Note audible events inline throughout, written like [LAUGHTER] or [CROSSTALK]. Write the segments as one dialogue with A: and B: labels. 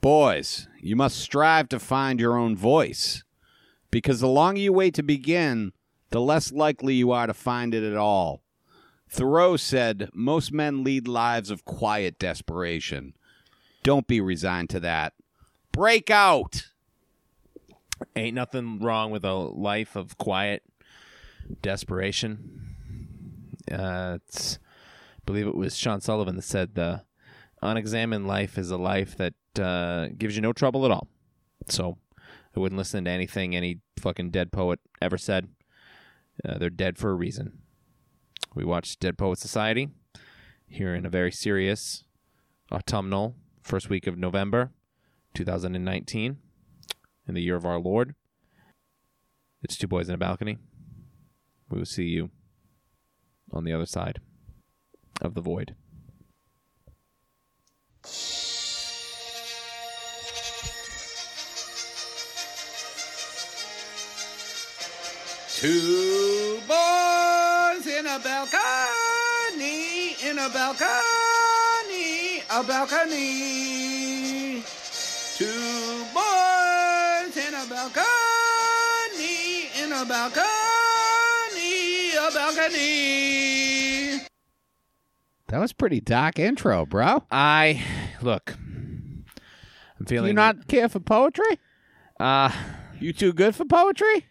A: Boys, you must strive to find your own voice because the longer you wait to begin, the less likely you are to find it at all. Thoreau said, Most men lead lives of quiet desperation. Don't be resigned to that. Break out!
B: Ain't nothing wrong with a life of quiet desperation. Uh, it's, I believe it was Sean Sullivan that said the unexamined life is a life that uh, gives you no trouble at all. So I wouldn't listen to anything any fucking dead poet ever said. Uh, they're dead for a reason. We watched Dead Poet Society here in a very serious autumnal first week of November 2019 in the year of our Lord. It's two boys in a balcony. We will see you on the other side of the void.
A: Two boys in a balcony, in a balcony, a balcony. Two boys in a balcony, in a balcony, a balcony. That was pretty dark intro, bro.
B: I look. I'm
A: Do
B: feeling
A: you not care for poetry?
B: Uh,
A: You too good for poetry?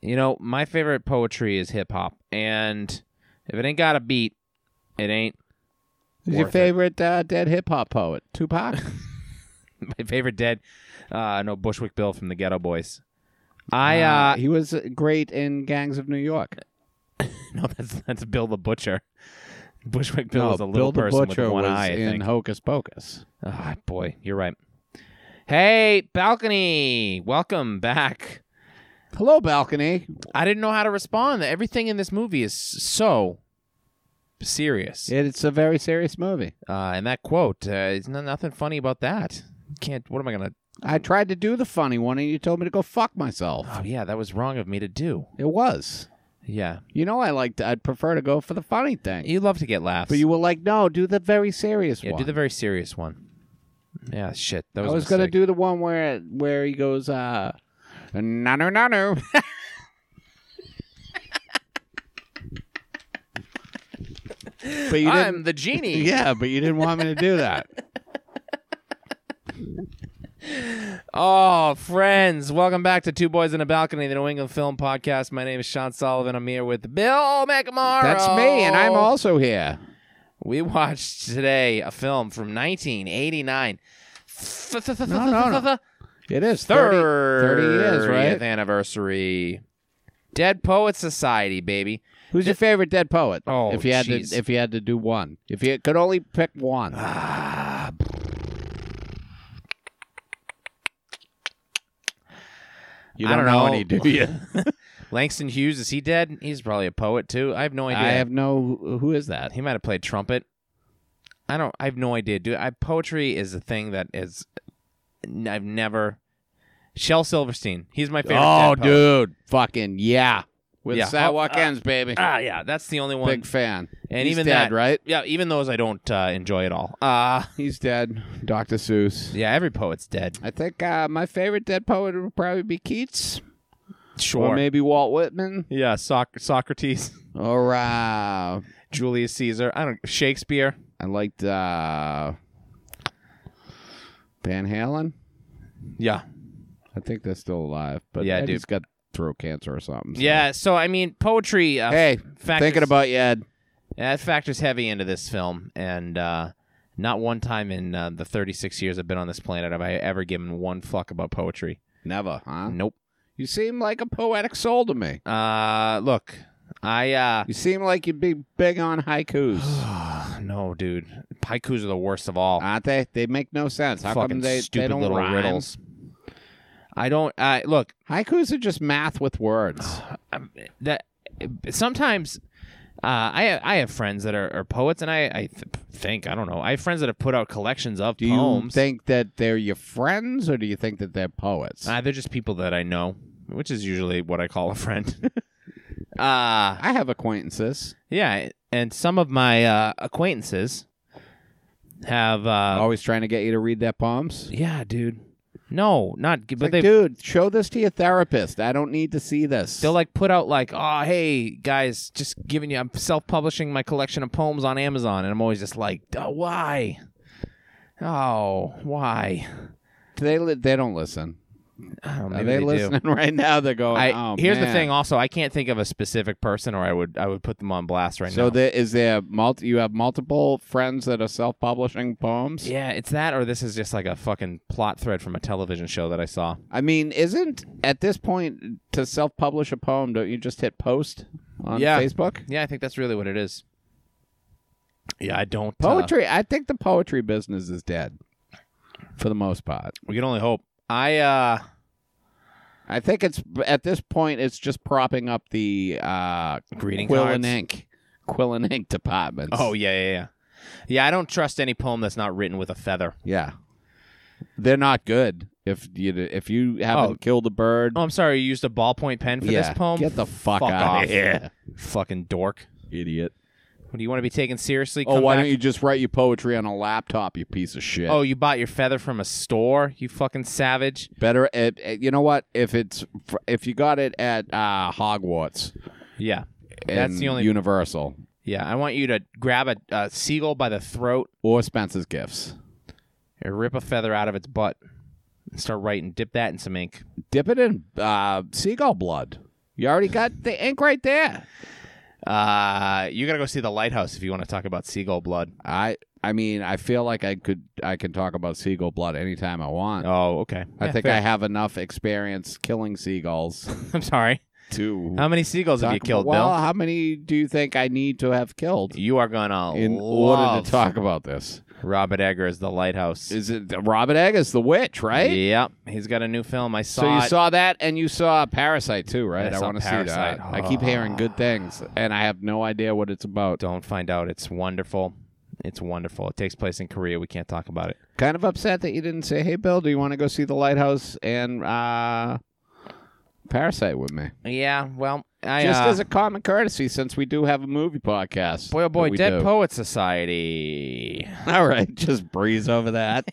B: you know, my favorite poetry is hip hop, and if it ain't got a beat, it ain't [LAUGHS]
A: Who's
B: Worth
A: your
B: it.
A: favorite uh, dead hip hop poet? Tupac?
B: my favorite dead. Uh, no, Bushwick Bill from the Ghetto Boys. I uh, [LAUGHS]
A: he was great in Gangs of New York.
B: no, that's that's Bill the Butcher. Bushwick Bill
A: No,
B: is a little person
A: Butcher
B: with one
A: was
B: eye. I
A: in
B: think.
A: Hocus Pocus.
B: Ah, boy, you're right. Hey, balcony, welcome back.
A: Hello, balcony.
B: I didn't know how to respond. Everything in this movie is so serious.
A: It's a very serious movie.
B: Uh, and that quote, uh, it's no- nothing funny about that. Can't. What am I gonna?
A: I tried to do the funny one, and you told me to go fuck myself.
B: Oh yeah, that was wrong of me to do.
A: It was.
B: Yeah,
A: You know, I like. I'd prefer to go for the funny thing.
B: you love to get laughs.
A: but you were like, no, do the very serious
B: yeah,
A: one.
B: do the very serious one. Yeah, shit. That was
A: I
B: a
A: was gonna
B: mistake.
A: do the one where where he goes, uh, nanu nanu. [LAUGHS] but you didn't.
B: I'm the
A: [LAUGHS]
B: genie.
A: Yeah, but you didn't want me to do that.
B: Oh, friends, welcome back to Two Boys in a Balcony, the New England Film Podcast. My name is Sean Sullivan. I'm here with Bill McMorrow.
A: That's me, and
B: oh.
A: I'm also here.
B: We watched today a film from 1989.
A: no, no. It is 30.
B: Third
A: 30 years, right?
B: anniversary. Dead Poet Society, baby.
A: Who's your favorite dead poet?
B: Oh,
A: if you had
B: jeez.
A: to, if you had to do one, if you could only pick one,
B: Ah.
A: you
B: I
A: don't,
B: don't
A: know
B: know.
A: any, do you?
B: [LAUGHS] Langston Hughes, is he dead? He's probably a poet too. I have no
A: [LAUGHS]
B: idea.
A: I have no. Who is that?
B: He might have played trumpet. I don't. I have no idea, dude. I, poetry is a thing that is. I've never. Shel Silverstein. He's my favorite.
A: Oh,
B: dead poet.
A: dude, fucking yeah, with
B: Yeah.
A: sidewalk
B: Oh, uh,
A: ends, baby.
B: Ah, yeah, that's the only one.
A: Big fan.
B: and
A: He's
B: even
A: dead,
B: that,
A: right?
B: Yeah, even those I don't uh, enjoy at all. Uh
A: He's dead. Dr. Seuss.
B: yeah, every poet's dead.
A: I think uh, my favorite dead poet would probably be Keats,
B: Sure.
A: or maybe Walt Whitman,
B: yeah, Soc- Socrates, [LAUGHS]
A: or uh,
B: Julius Caesar. I don't. Shakespeare.
A: I liked uh, Van Halen.
B: Yeah.
A: I think they're still alive, but
B: Yeah,
A: yeah,
B: dude.
A: Eddie's got throat cancer or something. so-
B: Yeah. So I mean, poetry. Uh,
A: Hey,
B: factors-
A: thinking about you, Ed.
B: That factors heavy into this film, and uh, not one time in uh, the 36 years I've been on this planet have I ever given one fuck about poetry.
A: Never, huh?
B: Nope.
A: You seem like a poetic soul to me.
B: Uh, look, I uh,
A: You seem like you'd be big on haikus.
B: [SIGHS] no, dude, haikus are the worst of all.
A: Aren't they? They make no sense. How
B: Fucking
A: come they,
B: stupid
A: they don't
B: little
A: rhyme?
B: riddles. I don't. I look
A: Haikus are just math with words.
B: um, that sometimes. Uh, I I have friends that are, are poets, and I, I th- think I don't know. I have friends that have put out collections of
A: Do you
B: poems.
A: think that they're your friends, or do you think that they're poets?
B: Uh, they're just people that I know, which is usually what I call
A: [LAUGHS]
B: a friend. uh,
A: I have acquaintances.
B: yeah, and some of my uh, acquaintances have uh
A: Always trying to get you to read their palms.
B: yeah, dude. No, not g-
A: Like,
B: but they
A: dude, show this to your therapist. I don't need to see this.
B: They'll like put out like, oh hey guys, just giving you. I'm self publishing my collection of poems on Amazon, and I'm always just like, "Duh, why? Oh, why?
A: they li- they don't listen.
B: Oh,
A: Are
B: maybe
A: they,
B: do.
A: listening [LAUGHS] right now? They're going.
B: I,
A: oh,
B: here's the
A: man."
B: thing. Also, I can't think of a specific person, or I would I would put them on blast right
A: So
B: now.
A: there is there multi? You have multiple friends that are self-publishing poems.
B: yeah, it's that, or this is just like a fucking plot thread from a television show that I saw.
A: I mean, isn't at this point to self-publish a poem? Don't you just hit post on
B: Yeah.
A: Facebook?
B: Yeah, I think that's really what it is. Yeah, I don't uh,
A: Poetry. I think the poetry business is dead, for the most part.
B: we can only hope. I uh,
A: I think it's at this point it's just propping up the uh,
B: Greeting
A: quill
B: cards?
A: and ink, quill and ink departments.
B: oh yeah yeah yeah, yeah. I don't trust any poem that's not written with a feather.
A: yeah, they're not good. If you if you haven't
B: Oh.
A: killed a bird,
B: Oh, I'm sorry. You used a ballpoint pen for
A: yeah,
B: this poem.
A: get the fuck,
B: Fuck
A: out
B: off.
A: of here,
B: Fucking dork.
A: idiot.
B: Do you want to be taken seriously?
A: Oh,
B: Come
A: why
B: back-
A: don't you just write your poetry on a laptop, you piece of shit?
B: Oh, you bought your feather from a store. You fucking savage.
A: better. It, it- you know what? If it's if you got it at uh, Hogwarts,
B: Yeah, that's
A: and
B: the only.
A: Universal
B: yeah, I want you to grab a, a seagull by the throat
A: or Spencer's Gifts.
B: and rip a feather out of its butt and start writing. Dip that in some ink.
A: Dip it in uh, seagull blood. You already got the ink right there.
B: Uh, you gotta go see the lighthouse if you want to talk about seagull blood.
A: I I mean, I feel like I could I can talk about seagull blood anytime I want.
B: Oh, okay.
A: I
B: Yeah,
A: think
B: fair.
A: I have enough experience killing
B: [LAUGHS]
A: seagulls
B: I'm sorry.
A: to
B: How many seagulls have
A: talk
B: you killed,
A: about- Well, how many do you think I need to have killed
B: Bill? You are gonna
A: in order
B: love
A: to talk about this?
B: Robert Eggers, the lighthouse.
A: Is it Robert Eggers, the witch, right?
B: Yep, he's got a new film. I saw.
A: So you
B: it.
A: saw that, and you saw Parasite too, right?
B: I
A: I,
B: saw
A: want to see
B: Parasite. Ah.
A: that. I keep hearing good things, and I have no idea what it's about.
B: Don't find out. It's wonderful. It's wonderful. It takes place in Korea. We can't talk about it.
A: Kind of upset that you didn't say, "Hey, Bill, do you want to go see the Lighthouse and uh, Parasite with me?"
B: Yeah. Well, I
A: Just
B: uh,
A: as a common courtesy, since we do have a movie podcast.
B: boy, oh boy,
A: that we
B: Dead
A: do.
B: Poet Society.
A: [LAUGHS] All right, just breeze over
B: [LAUGHS]
A: that.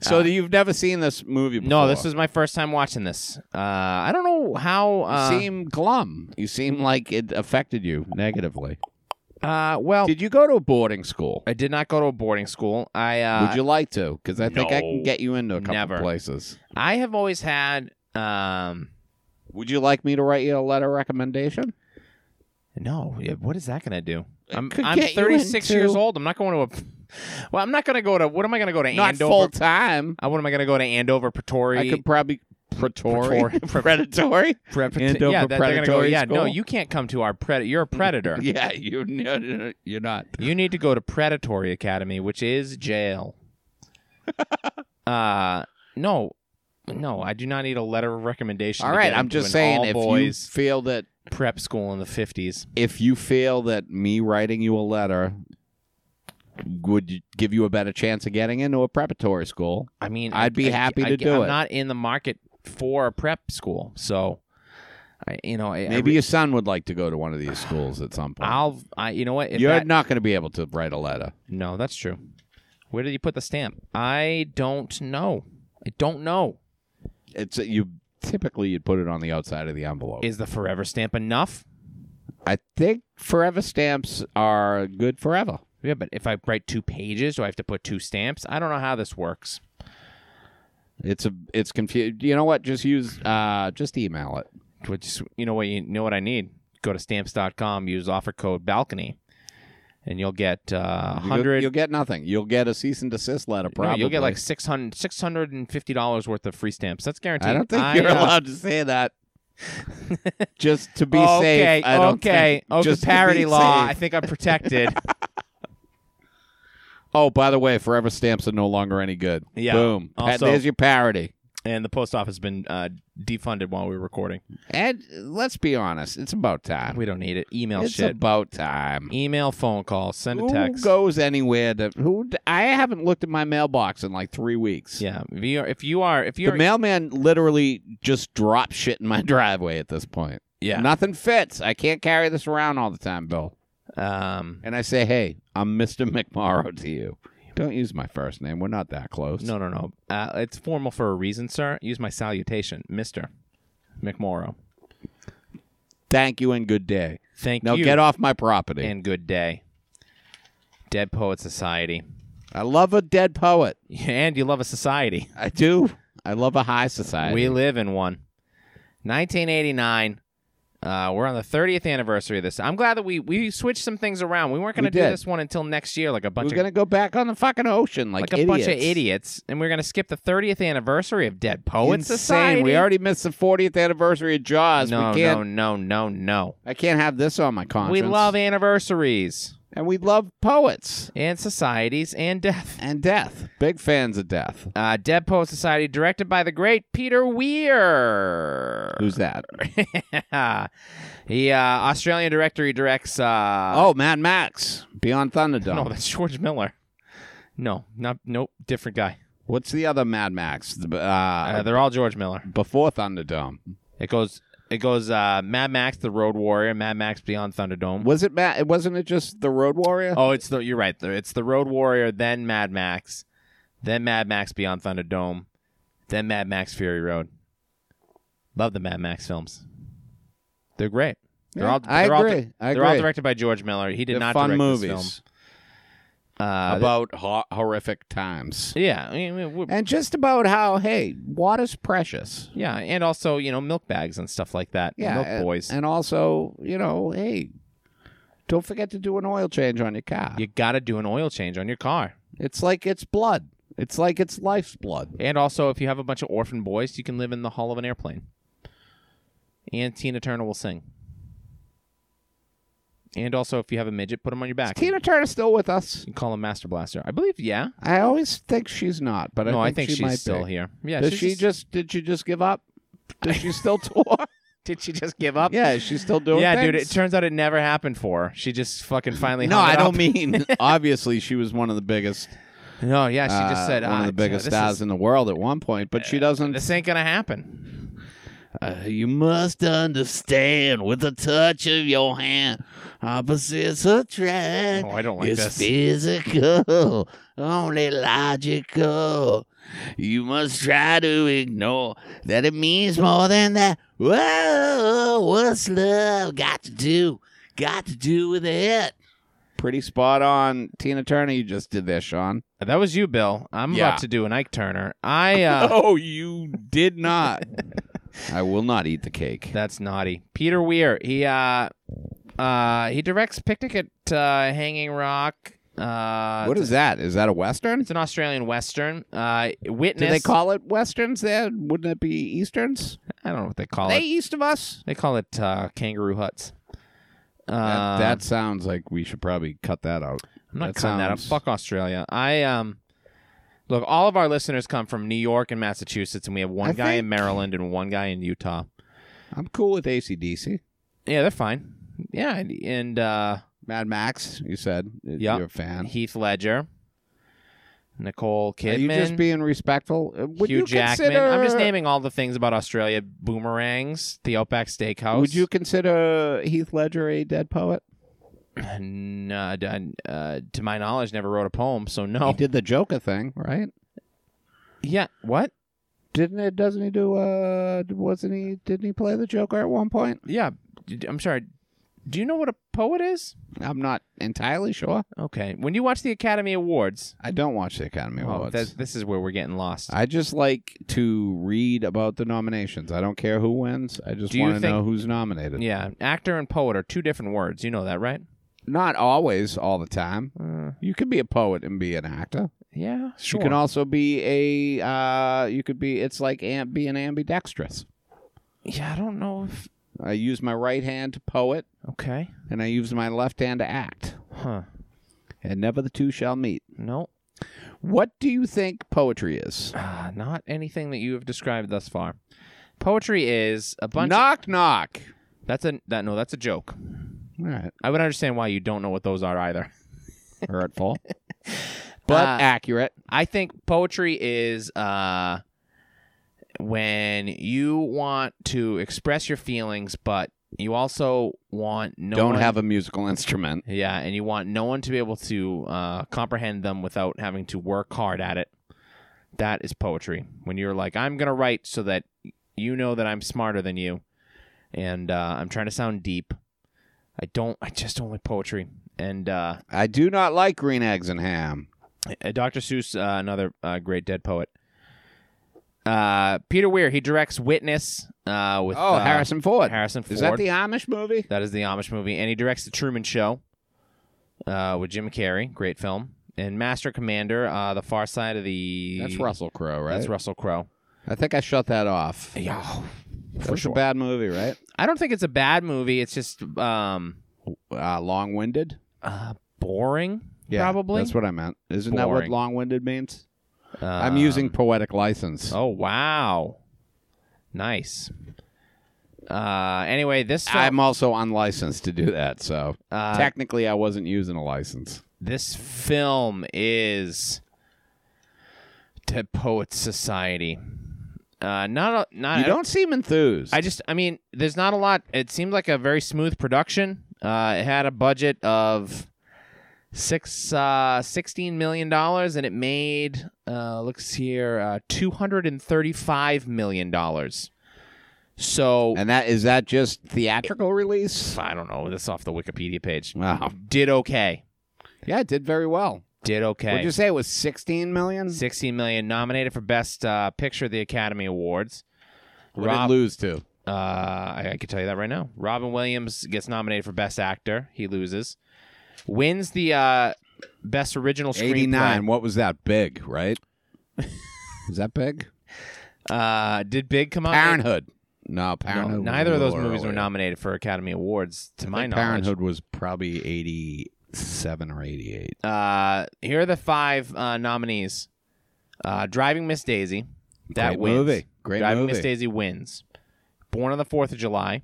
A: so you've never seen this movie? before.
B: No, this is my first time watching this. Uh, I don't know how.
A: You
B: Uh,
A: seem glum. You seem like it affected you negatively.
B: uh, well,
A: Did you go to a boarding school?
B: I did not go to a boarding school. I uh,
A: Would you like to? Because I think I can
B: no,
A: get you into a couple
B: never.
A: places.
B: I have always had. Um,
A: Would you like me to write you a letter recommendation?
B: No, yeah, what is that going to do? I'm,
A: could
B: I'm
A: get you
B: 36 years
A: into-
B: old. I'm not going to a. Well, I'm not going to go to. What am I going to go to
A: Not
B: Andover?
A: full time.
B: Uh, what am I going to go to Andover Pretoria?
A: I could probably [LAUGHS] predatory,
B: [LAUGHS]
A: predatory.
B: Prep-
A: Andover
B: yeah, that- they're gonna go,
A: Predatory
B: yeah, no,
A: School?
B: you can't come to our predator. You're a predator.
A: Yeah, you [LAUGHS] no, no, no, you're not.
B: you need to go to Predatory Academy, which is
A: [LAUGHS]
B: jail. uh no, no, I do not need a letter of recommendation.
A: All
B: to
A: right,
B: get
A: I'm
B: into
A: just
B: an
A: saying
B: all
A: if
B: boys
A: you feel that
B: prep school in the 50s.
A: if you feel that me writing you a letter would give you a better chance of getting into a preparatory school,
B: I mean,
A: I'd be happy to do
B: I'm
A: it.
B: not in the market for a prep school, so I, you know, I,
A: maybe
B: I, re-
A: your son would like to go to one of these schools at some point.
B: I'll, I, you know what? If
A: you're
B: that-
A: not going to be able to write a letter.
B: no, that's true. Where did you put the stamp? I don't know. I don't know.
A: It's you typically you'd put it on the outside of the envelope.
B: Is the forever stamp enough?
A: I think forever stamps are good forever.
B: Yeah, but if I write two pages, do I have to put two stamps? I don't know how this works.
A: It's a it's confused. You know what? Just use uh just email it.
B: Which you know what you know what I need. Go to stamps.com, use offer code balcony, and you'll get uh,
A: You'll-
B: 100
A: You'll get nothing. You'll get a cease and desist letter.
B: No,
A: Probably
B: you'll get like 600 $650 worth of free stamps. That's guaranteed.
A: I don't think you're
B: uh,
A: allowed to say
B: [LAUGHS]
A: that. just to be
B: okay,
A: safe. I don't
B: okay.
A: think-
B: okay,
A: just to be
B: parody law. I
A: safe. [LAUGHS]
B: think I'm protected.
A: Oh, by the way, forever stamps are no longer any good.
B: Yeah.
A: Boom. Pa-
B: Also-
A: There's your parody.
B: and the post office has been uh, defunded while we were recording.
A: And uh, let's be honest, it's about time.
B: We don't need it. Email
A: Mm. it's
B: shit.
A: about time.
B: Email, phone call, send a
A: Who
B: text.
A: goes anywhere to who? d- I haven't looked at my mailbox in like three weeks.
B: yeah, if you are, if you are, if
A: The
B: you're,
A: mailman literally just drops shit in my [LAUGHS] driveway at this point.
B: yeah,
A: Nothing fits. I can't carry this around all the time, Bill.
B: um,
A: And I say, hey, I'm Mr. McMorrow to you. Don't use my first name. We're not that close.
B: No, no, no. Uh, it's formal for a reason, sir. Use my salutation, Mister McMorrow.
A: Thank you and good day.
B: Thank
A: Now
B: you.
A: get off my property.
B: And good day. Dead Poet Society. [LAUGHS]
A: I love a dead poet.
B: And you love a society.
A: I do. I love a high society.
B: We live in one. 1989. Uh, we're on the 30th anniversary of this. I'm glad that we we switched some things around. We weren't going
A: We
B: to do
A: did.
B: this one until next year, like a bunch
A: We're
B: of
A: gonna go back on the fucking ocean like,
B: like a bunch of idiots, and we're going to skip the 30th anniversary of Dead Poets
A: Insane.
B: Society.
A: Oh, We already missed the 40th anniversary of Jaws.
B: no,
A: we can't.
B: no, no, no, no.
A: I can't have this on my conscience.
B: We love anniversaries
A: and we love poets
B: and societies and death.
A: and death. Big fans of death.
B: Uh, Dead Poet Society, directed by the great Peter Weir.
A: Who's that?
B: [LAUGHS] Uh, he uh, Australian director. He directs. Uh,
A: oh, Mad Max, Beyond Thunderdome.
B: no, that's George Miller. No, not nope, different guy.
A: What's the other Mad Max? The, Uh,
B: Uh, they're all George Miller.
A: before Thunderdome.
B: It goes. It goes. Uh, Mad Max: The Road Warrior. Mad Max Beyond Thunderdome.
A: Was it Matt? Wasn't it just the Road Warrior?
B: Oh, it's the. You're right. The- It's the Road Warrior, then Mad Max, then Mad Max Beyond Thunderdome, then Mad Max Fury Road. Love the Mad Max films. They're great. They're all.
A: I
B: they're all
A: agree.
B: di-
A: I
B: they're all
A: agree.
B: directed by George Miller. He did
A: They're
B: not
A: fun
B: direct
A: movies
B: this film. Uh,
A: about ho- horrific times
B: Yeah, I mean, we-
A: and just about how hey, water's precious.
B: yeah, and also you know milk bags and stuff like that.
A: Yeah,
B: milk
A: and-
B: boys.
A: and also you know hey, don't forget to do an oil change on your car.
B: you got to do an oil change on your car.
A: It's like it's blood. It's like it's life's blood.
B: And also, if you have a bunch of orphan boys, you can live in the hull of an airplane. And Tina Turner will sing. And also, if you have a midget, put him on your back.
A: Tina Turner still with us?
B: You can call him Master Blaster. I believe, yeah.
A: I always think she's not, but
B: no,
A: I think,
B: I think
A: she might
B: she's still
A: be.
B: here. Yeah,
A: Does
B: she's
A: she just did she just give up? Does she [LAUGHS] still tour?
B: did she just give up?
A: yeah, is she still doing
B: yeah, dude. It
A: things?
B: turns out it never happened for her. She just fucking finally.
A: No,
B: hung
A: I
B: it
A: don't [LAUGHS]
B: up.
A: mean obviously she was one of the biggest
B: No, yeah. She
A: uh,
B: just said
A: one
B: "Ah,
A: of the biggest
B: this is-
A: stars in the world at one point, but she doesn't
B: this ain't gonna happen.
A: Uh, you must understand with the touch of your hand, opposites attract.
B: Oh, I don't like
A: it's
B: this.
A: physical, only logical. You must try to ignore that it means more than that. Whoa, what's love got to do? Got to do with it. Pretty spot on, Tina Turner. You just did this, [LAUGHS] Sean.
B: That was you, Bill. I'm
A: Yeah.
B: about to do an Ike Turner. I. Uh,
A: [LAUGHS] Oh, you did not. [LAUGHS] I will not eat the cake.
B: That's naughty. Peter Weir. He uh uh he directs Picnic at uh, Hanging Rock. Uh
A: What is that? Is that a western?
B: it's an Australian Western. Uh
A: Do
B: Witness
A: they call it westerns there? Wouldn't it be easterns?
B: I don't know what they call
A: they
B: it.
A: east of us?
B: They call it uh kangaroo huts. Uh
A: that, that sounds like we should probably cut that out.
B: I'm
A: that
B: not cutting that up.
A: sounds-
B: Fuck Australia. I um look, all of our listeners come from New York and Massachusetts and we have one
A: I
B: guy in
A: think-
B: Maryland and one guy in Utah.
A: I'm cool with ACDC.
B: Yeah, they're fine. Yeah, and, and uh
A: Mad Max, you said
B: Yeah.
A: you're a fan.
B: Heath Ledger. Nicole Kidman.
A: Are you just being respectful? Uh, Would
B: Hugh
A: you
B: Jackman.
A: consider?
B: I'm just naming all the things about Australia: boomerangs, the Outback Steakhouse.
A: Would
B: [CLEARS THROAT]
A: you consider Heath Ledger a dead poet?
B: No, d- uh, to my knowledge, never wrote a poem, so no.
A: He did the Joker thing, right?
B: Yeah. What?
A: Didn't it? Doesn't he do? Uh, wasn't he? Didn't he play the Joker at one point?
B: Yeah. d- I'm sorry. Do you know what a poet is?
A: I'm not entirely sure.
B: Okay. When you watch the Academy Awards,
A: I don't watch the Academy
B: oh,
A: Awards.
B: that, this is where we're getting lost.
A: I just like to read about the nominations. I don't care who wins. I just
B: Do you
A: want to
B: think-
A: know who's nominated.
B: yeah, actor and poet are two different words. You know that, right?
A: Not always, all the time.
B: Uh,
A: You could be a poet and be an actor.
B: yeah. Sure.
A: You can also be a. Uh, you could be. It's like am- being ambidextrous.
B: yeah, I don't know if.
A: I use my right hand to poet,
B: Okay.
A: and I use my left hand to act,
B: Huh.
A: and never the two shall meet.
B: No.
A: What do you think poetry is?
B: Ah, not anything that you have described thus far. Poetry is a bunch.
A: knock knock.
B: That's a that no. That's a joke.
A: All right,
B: I would understand why you don't know what those are either. [LAUGHS]
A: hurtful, but
B: Uh,
A: accurate.
B: I think poetry is uh, when you want to express your feelings, but You also want no
A: Don't
B: one,
A: have a musical instrument.
B: yeah, and you want no one to be able to uh, comprehend them without having to work hard at it. That is poetry. When you're like, I'm gonna write so that you know that I'm smarter than you, and uh, I'm trying to sound deep. I don't. I just don't like poetry. And uh,
A: I do not like green eggs and ham.
B: uh, Dr. Seuss, uh, another uh, great dead poet. Uh, Peter Weir, he directs Witness uh, with
A: Oh,
B: uh,
A: Harrison Ford.
B: Harrison Ford.
A: Is that the Amish movie?
B: That is the Amish movie, and he directs the Truman Show uh, with Jim Carrey. Great film. And Master Commander, uh, the Far Side of the.
A: That's Russell Crowe, right?
B: That's Russell Crowe.
A: I think I shut that off.
B: Yeah,
A: That
B: for
A: was
B: sure.
A: a bad movie, right?
B: I don't think it's a bad movie. It's just um,
A: Uh, long-winded.
B: uh, boring. probably.
A: That's what I meant. Isn't that what
B: Boring.
A: long-winded means?
B: Um,
A: I'm using poetic license.
B: Oh wow, nice. Uh, anyway, this film,
A: I'm also unlicensed to do that, so
B: uh,
A: technically I wasn't using a license.
B: this film is to Poets Society. Uh, not a, not
A: You don't seem enthused.
B: I just, I mean, there's not a lot. It seemed like a very smooth production. Uh, it had a budget of six, uh, sixteen million dollars, and it made, uh, looks here, uh, two hundred and thirty-five million dollars. So
A: and that is that just theatrical release?
B: I don't know. This is off the Wikipedia page.
A: Wow.
B: Did okay.
A: Yeah, it did very well.
B: Did okay.
A: Would you say it was 16 million?
B: 16 million nominated for best uh, picture at the academy awards
A: What
B: Rob-
A: did it lose to?
B: uh, I, I can tell you that right now robin williams gets nominated for best actor he loses wins the uh, best original screenplay
A: 89. What was that? Big,
B: [LAUGHS]
A: right? is that big?
B: uh, did big come out
A: Parenthood. No,
B: No,
A: Parenthood. was
B: neither
A: a
B: of those
A: little
B: movies were
A: earlier.
B: nominated for academy awards to
A: I
B: my
A: think
B: knowledge
A: Parenthood was probably 87 or 88.
B: uh, here are the five uh, nominees uh, driving miss daisy that
A: Great
B: wins
A: movie. Great
B: driving
A: movie.
B: miss daisy wins born on the fourth of july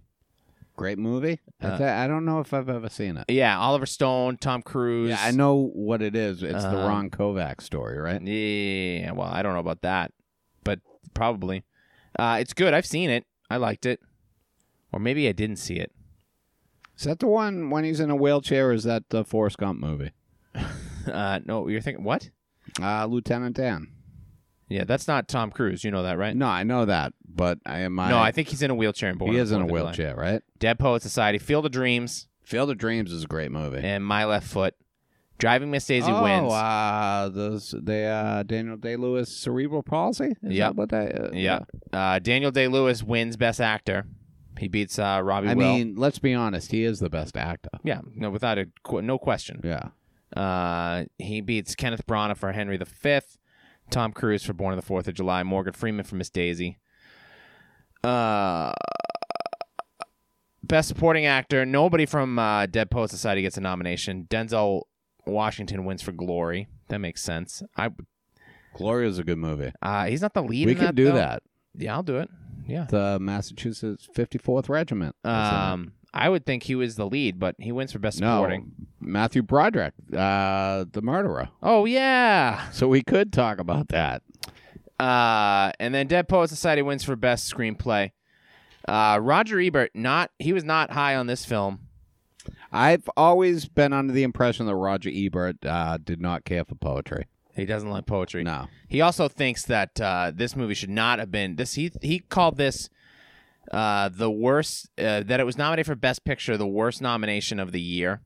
A: Great movie. I,
B: Uh,
A: th- I don't know if I've ever seen it.
B: yeah oliver stone tom cruise
A: Yeah, I know what it is. It's the
B: Um,
A: Ron Kovac story, right?
B: Yeah, well, I don't know about that, but probably. Uh, it's good. I've seen it. I liked it, or maybe I didn't see it. [LAUGHS]
A: Is that the one when he's in a wheelchair? Or is that the Forrest Gump movie?
B: Uh, no, you're thinking what?
A: Uh, Lieutenant Dan.
B: Yeah, that's not Tom Cruise. You know that, right?
A: No, I know that, but I am.
B: no, I think he's in a wheelchair. And born
A: he
B: on
A: is in a
B: Fourth of July.
A: wheelchair, right?
B: Dead Poet Society, Field of Dreams,
A: Field of Dreams is a great movie.
B: and My Left Foot. Driving Miss Daisy
A: oh,
B: wins.
A: uh, those the uh, Daniel Day Lewis cerebral palsy. Is
B: Yep.
A: that what that? Uh,
B: yeah. Uh, Daniel Day Lewis wins Best Actor. He beats uh, Robbie.
A: I
B: Will.
A: mean, let's be honest. He is the best actor.
B: yeah, no, without a qu- no question.
A: Yeah.
B: Uh, he beats Kenneth Branagh for Henry V, Tom Cruise for Born on the Fourth of July, Morgan Freeman for Miss Daisy. Uh, best supporting actor. Nobody from uh, Dead Poet Society gets a nomination. Denzel Washington wins for Glory. That makes sense. I
A: Gloria is a good movie.
B: uh, he's not the lead.
A: we
B: in
A: could do
B: though.
A: that.
B: Yeah, I'll do it. Yeah.
A: The Massachusetts 54th Regiment. is in it.
B: Um, I would think he was the lead, but he wins for best
A: no,
B: supporting.
A: Matthew Broderick, uh, the murderer.
B: Oh yeah.
A: So we could talk about that.
B: Uh, and then Dead Poet Society wins for best screenplay. Uh, Roger Ebert, not he was not high on this film.
A: I've always been under the impression that Roger Ebert uh, did not care for poetry.
B: He doesn't like poetry.
A: No.
B: He also thinks that uh, this movie should not have been this. He he called this uh, the worst uh, that it was nominated for best picture, the worst nomination of the year.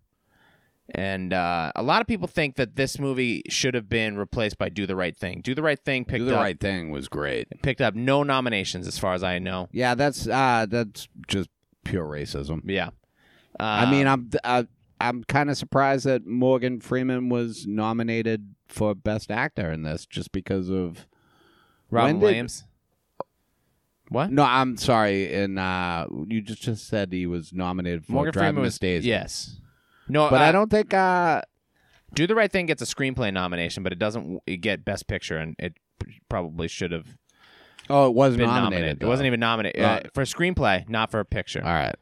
B: And uh, a lot of people think that this movie should have been replaced by Do the Right Thing. Do the Right Thing picked
A: Do the
B: up
A: Right Thing was great.
B: picked up no nominations as far as I know.
A: Yeah, that's uh, that's just pure racism.
B: Yeah. Uh,
A: I mean, I'm uh, I'm kind of surprised that Morgan Freeman was nominated for Best Actor in this, just because of.
B: Robin
A: when did-
B: Williams. What?
A: No, I'm sorry, and uh, you just just said he was nominated for
B: Morgan
A: Driving
B: Freeman
A: Miss
B: was
A: Daisy.
B: yes. No,
A: but
B: uh,
A: I don't think uh,
B: Do the Right Thing gets a screenplay nomination, but it doesn't w- it get Best Picture, and it p- probably should have
A: Oh, it was
B: been
A: nominated.
B: nominated. It wasn't even nominated uh,
A: Uh,
B: for screenplay, not for a picture.
A: All right.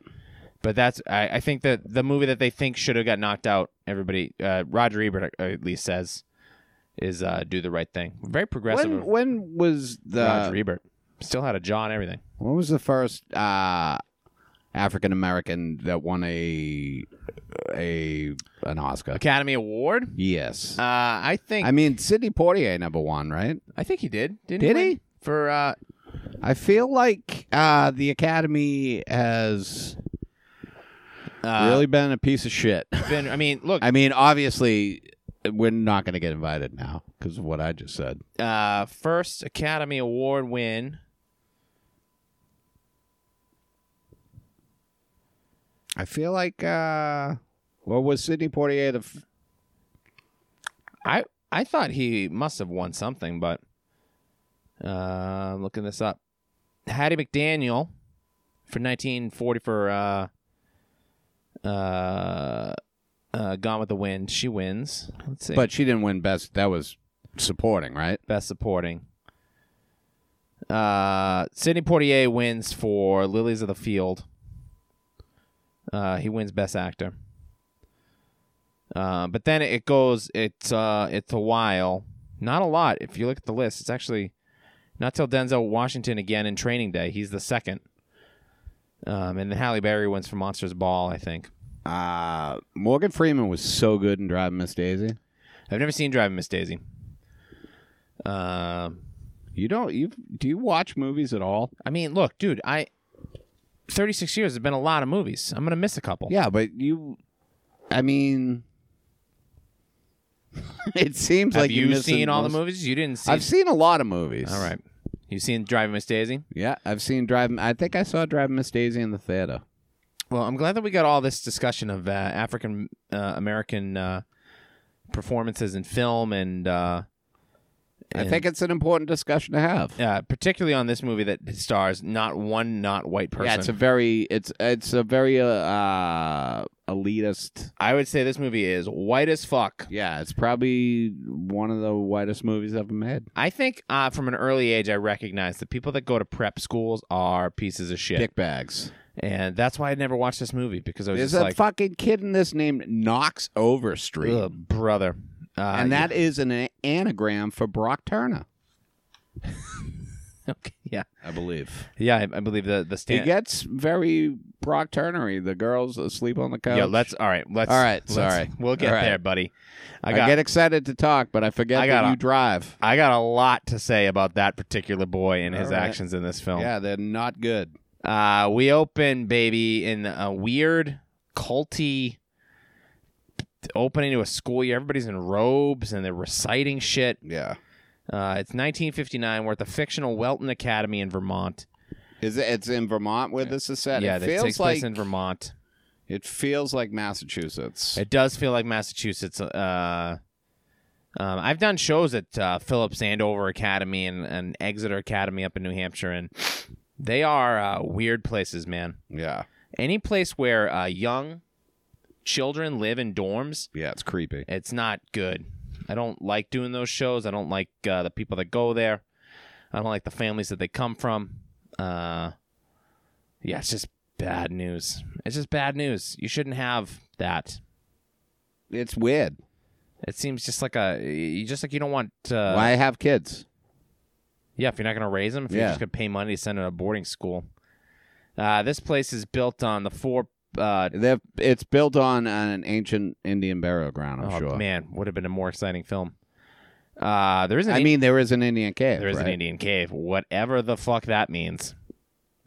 B: But that's I, I think that the movie that they think should have got knocked out. Everybody, uh, Roger Ebert uh, at least says is uh, Do the Right Thing. Very progressive.
A: When
B: of
A: when was the
B: Roger Ebert still had a jaw and everything.
A: when was the first uh African American that won a a an Oscar.
B: Academy Award.
A: Yes.
B: Uh, I think.
A: I mean, Sidney Poitier never won, right?
B: I think he did. Didn't
A: Did
B: win?
A: he?
B: For uh,
A: I feel like uh, the Academy has
B: uh,
A: really been a piece of shit. [LAUGHS]
B: been. I mean, look.
A: I mean, obviously, we're not going to get invited now because of what I just said.
B: uh, first Academy Award win.
A: I feel like, uh, well, was Sidney Poitier the? F-
B: I I thought he must have won something, but uh, I'm looking this up. Hattie McDaniel for 1940 for uh, uh, uh, Gone with the Wind. She wins. Let's see.
A: but she didn't win best. That was supporting, right?
B: Best Supporting. Uh, Sidney Poitier wins for Lilies of the Field. Uh, he wins Best Actor. Uh, but then it goes. It's uh, it's a while. Not a lot. If you look at the list, it's actually not till Denzel Washington again in Training Day. He's the second. Um, and then Halle Berry wins for Monsters Ball. I think.
A: Uh, Morgan Freeman was so good in Driving Miss Daisy.
B: I've never seen Driving Miss Daisy. Um.
A: You don't you do you watch movies at all?
B: I mean, look, dude, I 36 years have been a lot of movies. I'm going to miss a couple.
A: Yeah, but you, I mean, [LAUGHS] it seems
B: Have
A: like
B: you
A: missing
B: seen all the
A: most-
B: movies? You didn't see
A: I've seen a lot of movies.
B: All right. You seen Driving Miss Daisy?
A: Yeah, I've seen Drive. I think I saw Drive Miss Daisy in the theater.
B: Well, I'm glad that we got all this discussion of uh, African uh, American uh, performances in film and, uh,
A: I
B: and,
A: think it's an important discussion to have.
B: uh, particularly on this movie that stars not one not white person.
A: Yeah, it's a very it's it's a very uh, uh elitist.
B: I would say this movie is white as fuck.
A: Yeah, it's probably one of the whitest movies ever made.
B: I think uh, from an early age, I recognized that people that go to prep schools are pieces of shit.
A: Dick bags.
B: and that's why I never watched this movie because I was
A: There's
B: just
A: a
B: like,
A: fucking kid in this named Knox Overstreet,
B: "Ugh, brother, uh,
A: and that is an anagram for Brock Turner,
B: yeah, [LAUGHS] okay, yeah,
A: I believe.
B: yeah. I, I believe the the
A: He
B: stand.
A: gets very Brock Turnery. The girls asleep on the couch.
B: yeah, let's all right, let's
A: All right,
B: let's-
A: sorry.
B: we'll get
A: All right.
B: there, buddy. I
A: I,
B: got I,
A: get excited to talk, but I forget
B: I
A: that
B: got
A: you
B: a-
A: drive.
B: got a lot to say about that particular boy and
A: All
B: his
A: right.
B: actions in this film.
A: Yeah, they're not good.
B: Uh, we open baby in a weird culty opening to a school year. Everybody's in robes and they're reciting shit.
A: Yeah.
B: Uh, it's 1959. We're at the fictional Welton Academy in Vermont.
A: Is it, it's in Vermont where this is set?
B: yeah,
A: it
B: that
A: feels
B: takes
A: like
B: place in Vermont.
A: it feels like Massachusetts.
B: It does feel like Massachusetts. Uh, um, I've done shows at uh, Phillips Andover Academy and, and Exeter Academy up in New Hampshire, and they are uh, weird places, man.
A: yeah,
B: Any place where uh, young children live in dorms,
A: yeah, it's creepy.
B: it's not good. I don't like doing those shows. I don't like uh, the people that go there. I don't like the families that they come from. Uh, yeah, it's just bad news. It's just bad news. You shouldn't have that.
A: It's weird.
B: It seems just like a you just like you don't want. Uh,
A: Why have kids?
B: Yeah, if you're not going to raise them, if you're
A: Yeah.
B: just going to pay money to send them to boarding school. Uh, this place is built on the four. Uh,
A: They're, it's built on an ancient Indian burial ground. I'm
B: oh
A: sure.
B: man, would have been a more exciting film. Uh, there is an
A: I
B: Ind-
A: mean, there is an Indian cave.
B: there is
A: right?
B: an Indian cave, whatever the fuck that means.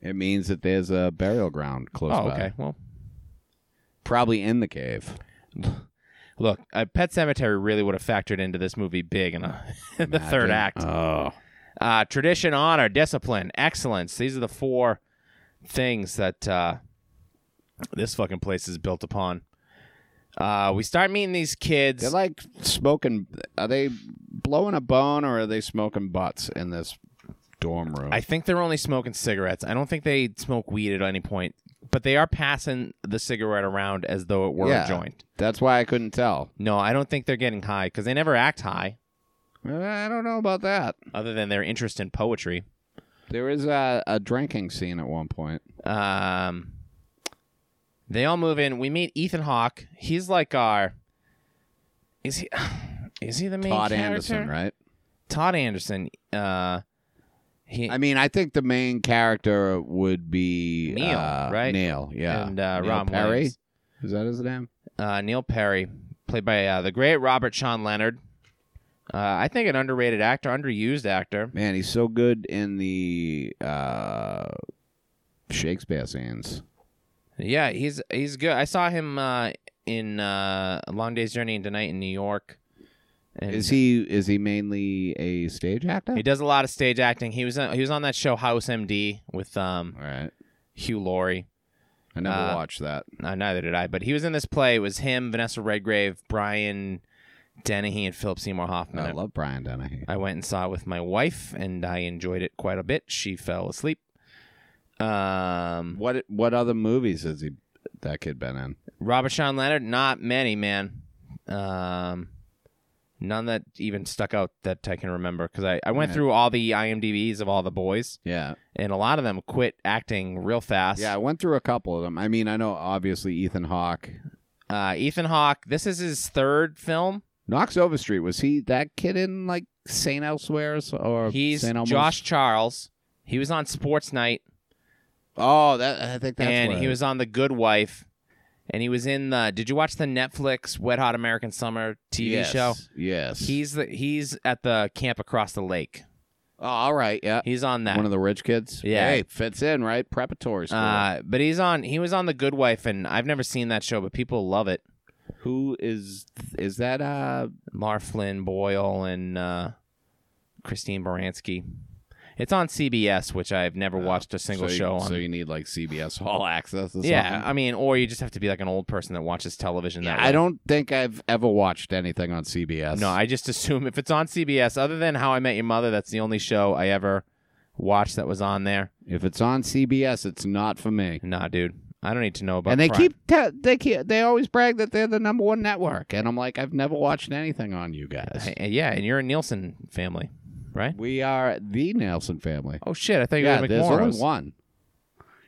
A: It means that there's a burial ground close
B: Oh,
A: by.
B: okay. Well,
A: Probably in the cave.
B: look, uh, Pet Cemetery really would have factored into this movie big in, a, [LAUGHS] in the third
A: Imagine.
B: act.
A: Oh,
B: Uh, tradition, honor, discipline, excellence. These are the four things that uh, this fucking place is built upon. Uh, we start meeting these kids.
A: they're like smoking. Are they blowing a bone or are they smoking butts in this dorm room?
B: I think they're only smoking cigarettes. I don't think they smoke weed at any point, but they are passing the cigarette around as though it were
A: Yeah.
B: a joint.
A: That's why I couldn't tell.
B: No, I don't think they're getting high because they never act high,
A: Uh, I don't know about that.
B: other than their interest in poetry.
A: There is a, a drinking scene at one point.
B: Um, they all move in. We meet Ethan Hawke. He's like our. Is he? [SIGHS] Is he the main
A: Todd
B: character?
A: Anderson, right?
B: Todd Anderson. Uh, He,
A: I mean, I think the main character would be
B: Neil,
A: uh,
B: right?
A: Neil, yeah,
B: and uh,
A: Neil
B: Ron
A: Perry.
B: Williams.
A: Is that his name?
B: Uh, Neil Perry, played by uh, the great Robert Sean Leonard. Uh, I think an underrated actor, underused actor.
A: Man, he's so good in the uh, Shakespeare scenes.
B: Yeah, he's he's good. I saw him uh, in uh, A Long Day's Journey into Night in New York. And
A: Is he is he mainly a stage actor?
B: He does a lot of stage acting. He was uh, he was on that show House MD with um,
A: All right,
B: Hugh Laurie.
A: I never
B: Uh,
A: watched that.
B: No, neither did I, but he was in this play. It was him, Vanessa Redgrave, Brian Dennehy, and Philip Seymour Hoffman.
A: I love Brian Dennehy.
B: I went and saw it with my wife, and I enjoyed it quite a bit. She fell asleep. Um,
A: What what other movies has he that kid been in?
B: Robert Sean Leonard, not many, man. Um, none that even stuck out that I can remember because I, I went
A: Right.
B: through all the IMDb's of all the boys,
A: Yeah,
B: and a lot of them quit acting real fast.
A: yeah. I went through a couple of them. I mean, I know obviously Ethan Hawke.
B: Uh, Ethan Hawke. This is his third film.
A: Knox Overstreet was he that kid in like Saint Elsewhere's or
B: He's
A: Saint Elmo's?
B: Josh Charles. He was on Sports Night,
A: Oh, that I think that's
B: and
A: where-
B: he was on The Good Wife, and he was in the. Did you watch the Netflix Wet Hot American Summer TV
A: Yes,
B: show?
A: Yes.
B: He's the he's at the camp across the lake.
A: oh, all right. Yeah.
B: He's on that.
A: One of the rich kids.
B: Yeah.
A: Hey, fits in right. Preparatory school.
B: Uh, but he's on. He was on The Good Wife, and I've never seen that show, but people love it.
A: Who is is that? Uh,
B: Mar Flynn Boyle and uh, Christine Baranski. It's on CBS, which I've never watched a single
A: Oh, so you-
B: show on.
A: So you need like CBS All Access. Or
B: yeah,
A: something?
B: I mean, or you just have to be like an old person that watches television.
A: Yeah,
B: that
A: I
B: way.
A: don't think I've ever watched anything on CBS.
B: No, I just assume if it's on CBS, other than How I Met Your Mother, that's the only show I ever watched that was on there.
A: if it's on CBS, it's not for me.
B: Nah, dude, I don't need to know about.
A: and they
B: Prime.
A: keep te- they keep they always brag that they're the number one network, and I'm like, I've never watched anything on you guys.
B: I- yeah, and you're a Nielsen family, right?
A: We are the Nelson family.
B: Oh shit, I thought you
A: yeah,
B: were
A: there's
B: McMorrow's.
A: only one.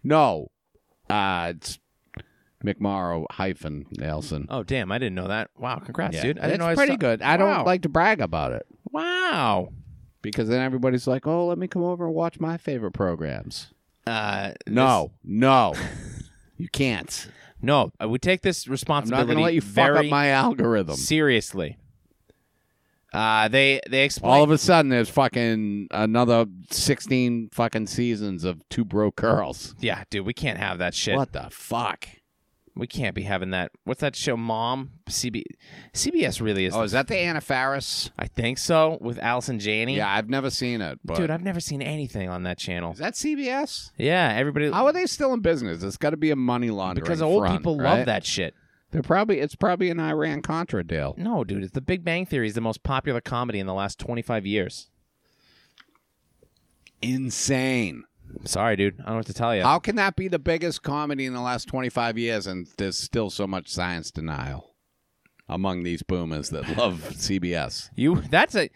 A: No, uh, it's McMorrow hyphen Nelson.
B: Oh damn, I didn't know that. Wow, congrats, dude. I
A: it's
B: didn't know I
A: pretty
B: saw-
A: good. I
B: Wow.
A: don't like to brag about it
B: Wow.
A: because then everybody's like, "Oh, let me come over and watch my favorite programs."
B: Uh,
A: No, no,
B: [LAUGHS]
A: you can't.
B: this- no, I would take this
A: I'm not
B: responsibility.
A: going to let you fuck
B: very
A: up my algorithm.
B: seriously. Uh, they they explain.
A: All of a sudden, there's fucking another 16 fucking seasons of Two Broke Girls.
B: yeah, dude, we can't have that shit.
A: What the fuck?
B: We can't be having that. What's that show? Mom. CB CBS really is.
A: Oh, is that the Anna Faris?
B: I think so. With Allison Janney.
A: Yeah, I've never seen it, but
B: Dude, I've never seen anything on that channel.
A: is that CBS?
B: Yeah, everybody.
A: How are they still in business? It's got to be a money laundering
B: because old
A: front,
B: people
A: right?
B: love that shit.
A: They're probably it's probably an Iran Contra deal.
B: No, dude, it's The Big Bang Theory is the most popular comedy in the last 25 years.
A: Insane.
B: Sorry, dude. I don't know what to tell you.
A: How can that be the biggest comedy in the last 25 years and there's still so much science denial among these boomers
B: [LAUGHS]
A: that love CBS?
B: You [LAUGHS] that's a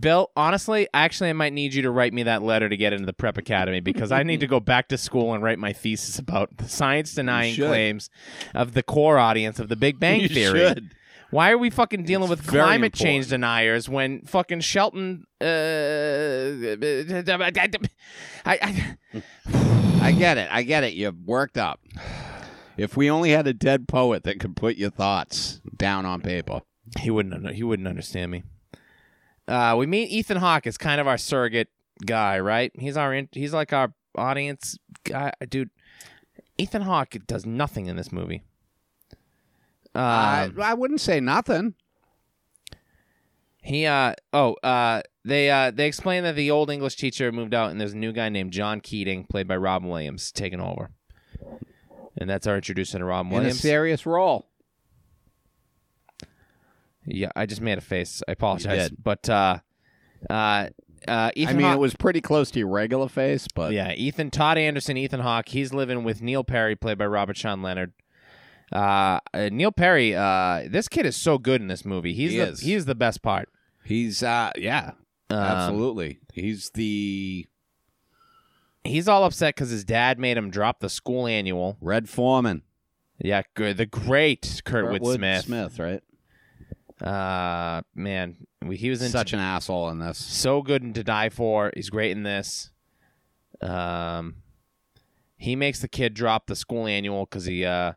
B: Bill, honestly, actually I might need you to write me that letter to get into the prep academy because I need to go back to school and write my thesis about the science denying
A: should.
B: claims of the core audience of the Big Bang
A: [LAUGHS] You
B: Theory.
A: should.
B: Why are we fucking dealing
A: It's
B: with
A: very
B: climate change deniers when fucking Shelton uh, I, I,
A: I get it. I get it. You've worked up. If we only had a dead poet that could put your thoughts down on paper.
B: he wouldn't under- he wouldn't understand me. Uh, we meet Ethan Hawke as kind of our surrogate guy, right? He's our in- he's like our audience guy, dude. Ethan Hawke does nothing in this movie. Um,
A: I, I wouldn't say nothing.
B: he uh oh uh they uh they explain that the old English teacher moved out and there's a new guy named John Keating played by Robin Williams taking over, and that's our introduction to Robin
A: In a
B: Williams.
A: serious role.
B: yeah, I just made a face. I apologize,
A: did.
B: but uh, uh, uh,
A: I
B: Ethan
A: mean,
B: Hawke-
A: it was pretty close to your regular face, but
B: Yeah, Ethan Todd Anderson, Ethan Hawke. He's living with Neil Perry, played by Robert Sean Leonard. Uh, uh, Neil Perry, uh, this kid is so good in this movie. He's
A: He
B: the,
A: is.
B: he's the best part.
A: he's uh, yeah,
B: Um,
A: absolutely. He's the
B: He's all upset because his dad made him drop the school annual.
A: Red Foreman,
B: Yeah, good. The great Kurtwood
A: Kurtwood
B: Smith.
A: Smith, right?
B: Uh, man, we, he was in
A: Such an asshole in this.
B: so good in To Die For. He's great in this. Um, he makes the kid drop the school annual because he, uh,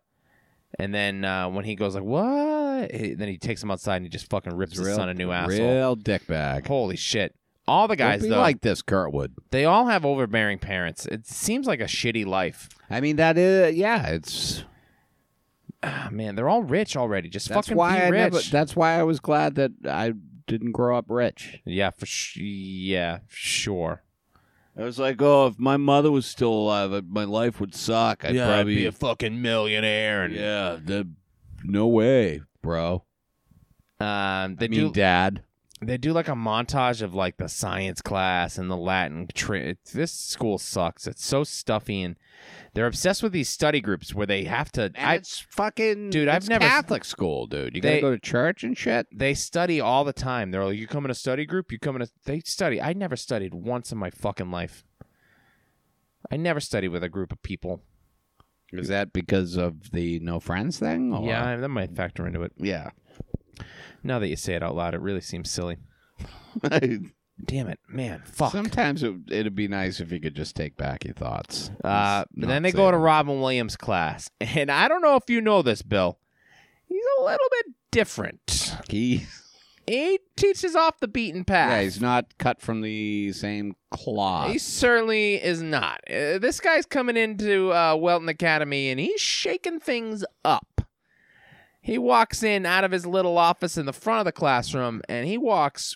B: and then uh, when he goes like what, he- then he takes him outside and he just fucking rips his son a new asshole.
A: Real dickbag.
B: Holy shit! All the
A: Guys,
B: guys
A: do
B: though,
A: like this, Kurtwood.
B: they all have overbearing parents. It seems like a shitty life.
A: I mean, that is yeah. It's
B: Ah, man, they're all rich already. Just
A: that's
B: fucking
A: why
B: be
A: I
B: rich.
A: never. That's why I was glad that I didn't grow up rich.
B: yeah, for sh- yeah, sure.
A: I was like, oh, if my mother was still alive, my life would suck. I'd probably
B: fucking millionaire.
A: yeah. no way, bro.
B: Um, they
A: I mean,
B: do
A: dad.
B: they do like a montage of like the science class and the Latin. Tri- it's- this school sucks. It's so stuffy, and they're obsessed with these study groups where they have to.
A: And
B: I,
A: it's fucking
B: Dude, I've
A: it's
B: never-
A: Catholic school, dude. You
B: They-
A: gotta go to church and shit.
B: they study all the time. They're like, "You come in a study group? You come in a?" They study. I never studied once in my fucking life. I never studied with a group of people.
A: Is that because of the no friends thing? Or?
B: Yeah, that might factor into it. [LAUGHS]
A: yeah.
B: Now that you say it out loud, it really seems silly. Damn it, man! Fuck.
A: Sometimes it, it'd be nice if you could just take back your thoughts.
B: Uh,
A: Just
B: then
A: not
B: they
A: say
B: go to
A: them.
B: Robin Williams' class, [LAUGHS] and I don't know if you know this, Bill. He's a little bit different.
A: He,
B: He teaches off the beaten
A: [LAUGHS]
B: path.
A: yeah, he's not cut from the same cloth.
B: he certainly is not. Uh, this guy's coming into uh, Welton Academy, and he's shaking things up. He walks in out of his little office in the front of the classroom, and he walks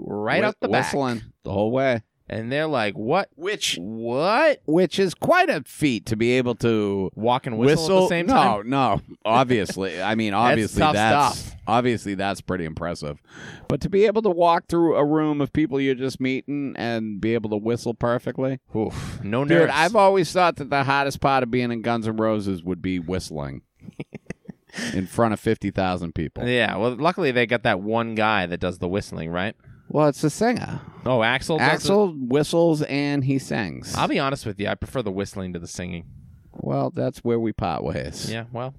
B: right
A: Whi-
B: out the back.
A: whistling the whole way,
B: And they're like, "What?
A: which
B: What?
A: which is quite a feat to be able to
B: Walk and whistle, at the same
A: no,
B: time?
A: no. [LAUGHS] Obviously, I mean, obviously
B: tough
A: that's,
B: stuff.
A: obviously that's pretty impressive. But to be able to walk through a room of people you're just meeting and be able to whistle perfectly,
B: Oof, no
A: dude.
B: nerves.
A: I've always thought that the hottest part of being in Guns N' Roses would be
B: [LAUGHS]
A: whistling in front of fifty thousand people.
B: Yeah, well, luckily they got that one guy that does the whistling, right?
A: Well, it's a singer.
B: Oh, Axel. does
A: Axel whistles and he sings.
B: the- I'll be honest with you, I prefer the whistling to the singing.
A: well, that's where we part ways.
B: Yeah, well,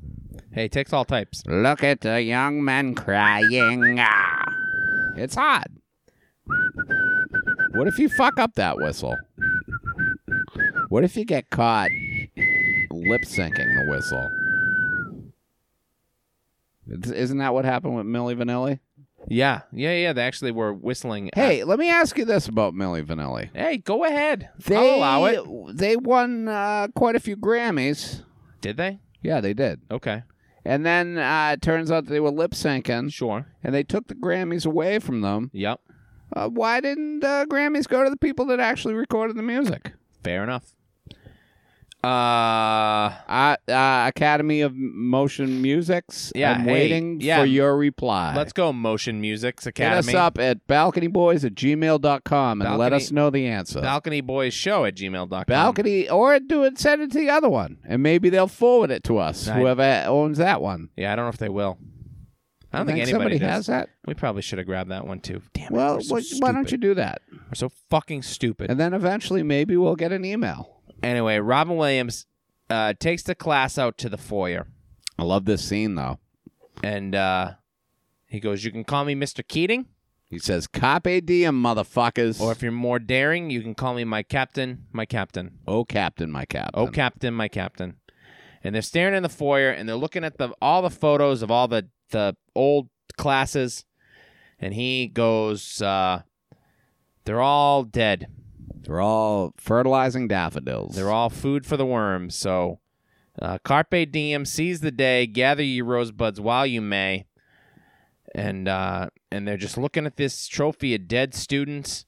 B: hey, it takes all types.
A: Look at the young man crying. Ah. It's hot. What if you fuck up that whistle? What if you get caught lip syncing the whistle? It's- Isn't that what happened with Millie Vanilli?
B: Yeah, yeah, yeah. They actually were whistling. at-
A: Hey, let me ask you this about Millie Vanilli.
B: hey, go ahead.
A: They,
B: I'll allow it.
A: They won uh, quite a few Grammys.
B: Did they?
A: Yeah, they did.
B: Okay,
A: And then uh, it turns out that they were lip syncing,
B: sure.
A: and they took the Grammys away from them.
B: Yep,
A: Uh, why didn't uh, Grammys go to the people that actually recorded the music?
B: fair enough. Uh,
A: Uh, uh, Academy of Motion Musics.
B: Yeah,
A: I'm
B: hey,
A: waiting
B: yeah.
A: for your reply.
B: let's go. Motion Music's
A: Hit
B: Academy.
A: us up at balconyboys at gmail.com and let
B: Balcony-
A: us know the answer.
B: Balcony Boys Show at gmail.com.
A: Balcony, or do it, send it to the other one, and maybe they'll forward it to us,
B: Right.
A: whoever owns that one.
B: Yeah, I don't know if they will. I don't
A: You
B: think,
A: somebody
B: anybody does.
A: has that.
B: We probably should have grabbed that one too. Damn it.
A: Well,
B: we're so
A: what- why don't
B: stupid.
A: you do that?
B: We're so fucking stupid.
A: And then eventually, maybe we'll get an email.
B: Anyway, Robin Williams uh, takes the class out to the foyer,
A: I love this scene, though.
B: and uh, he goes, "You can call me Mr. Keating,
A: He says, Carpe diem, motherfuckers.
B: or if you're more daring, you can call me my captain, my captain,
A: oh, Captain, my Captain.
B: oh captain, my captain." And they're staring in the foyer, and they're looking at the all the photos of all the the old classes, and he goes, uh, "They're all dead.
A: They're all fertilizing daffodils.
B: They're all food for the worms." So. Uh, Carpe diem, seize the day, gather ye rosebuds while you may. And uh, and they're just looking at this trophy of dead students.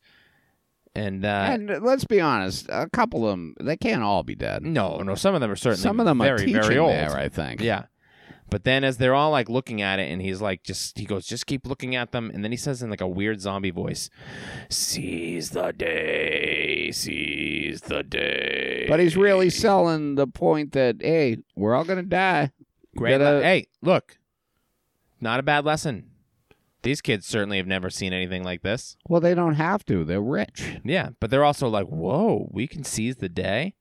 B: And, uh,
A: And uh, let's be honest, a couple of them, they can't all be dead.
B: no, no, some of them are Mm, certainly
A: Some of them
B: very,
A: are teaching
B: very old.
A: there, I think.
B: Yeah. But then as they're all like looking at it, and he's like, just, he goes, just keep looking at them. And then he says in like a weird zombie voice, seize the day, seize the day.
A: But he's really selling the point that, hey, we're all going to die.
B: Great.
A: Gotta-
B: le- hey, look, not a bad lesson. These kids certainly have never seen anything like this.
A: Well, they don't have to. They're rich.
B: Yeah, but they're also like, "Whoa, we can seize the day."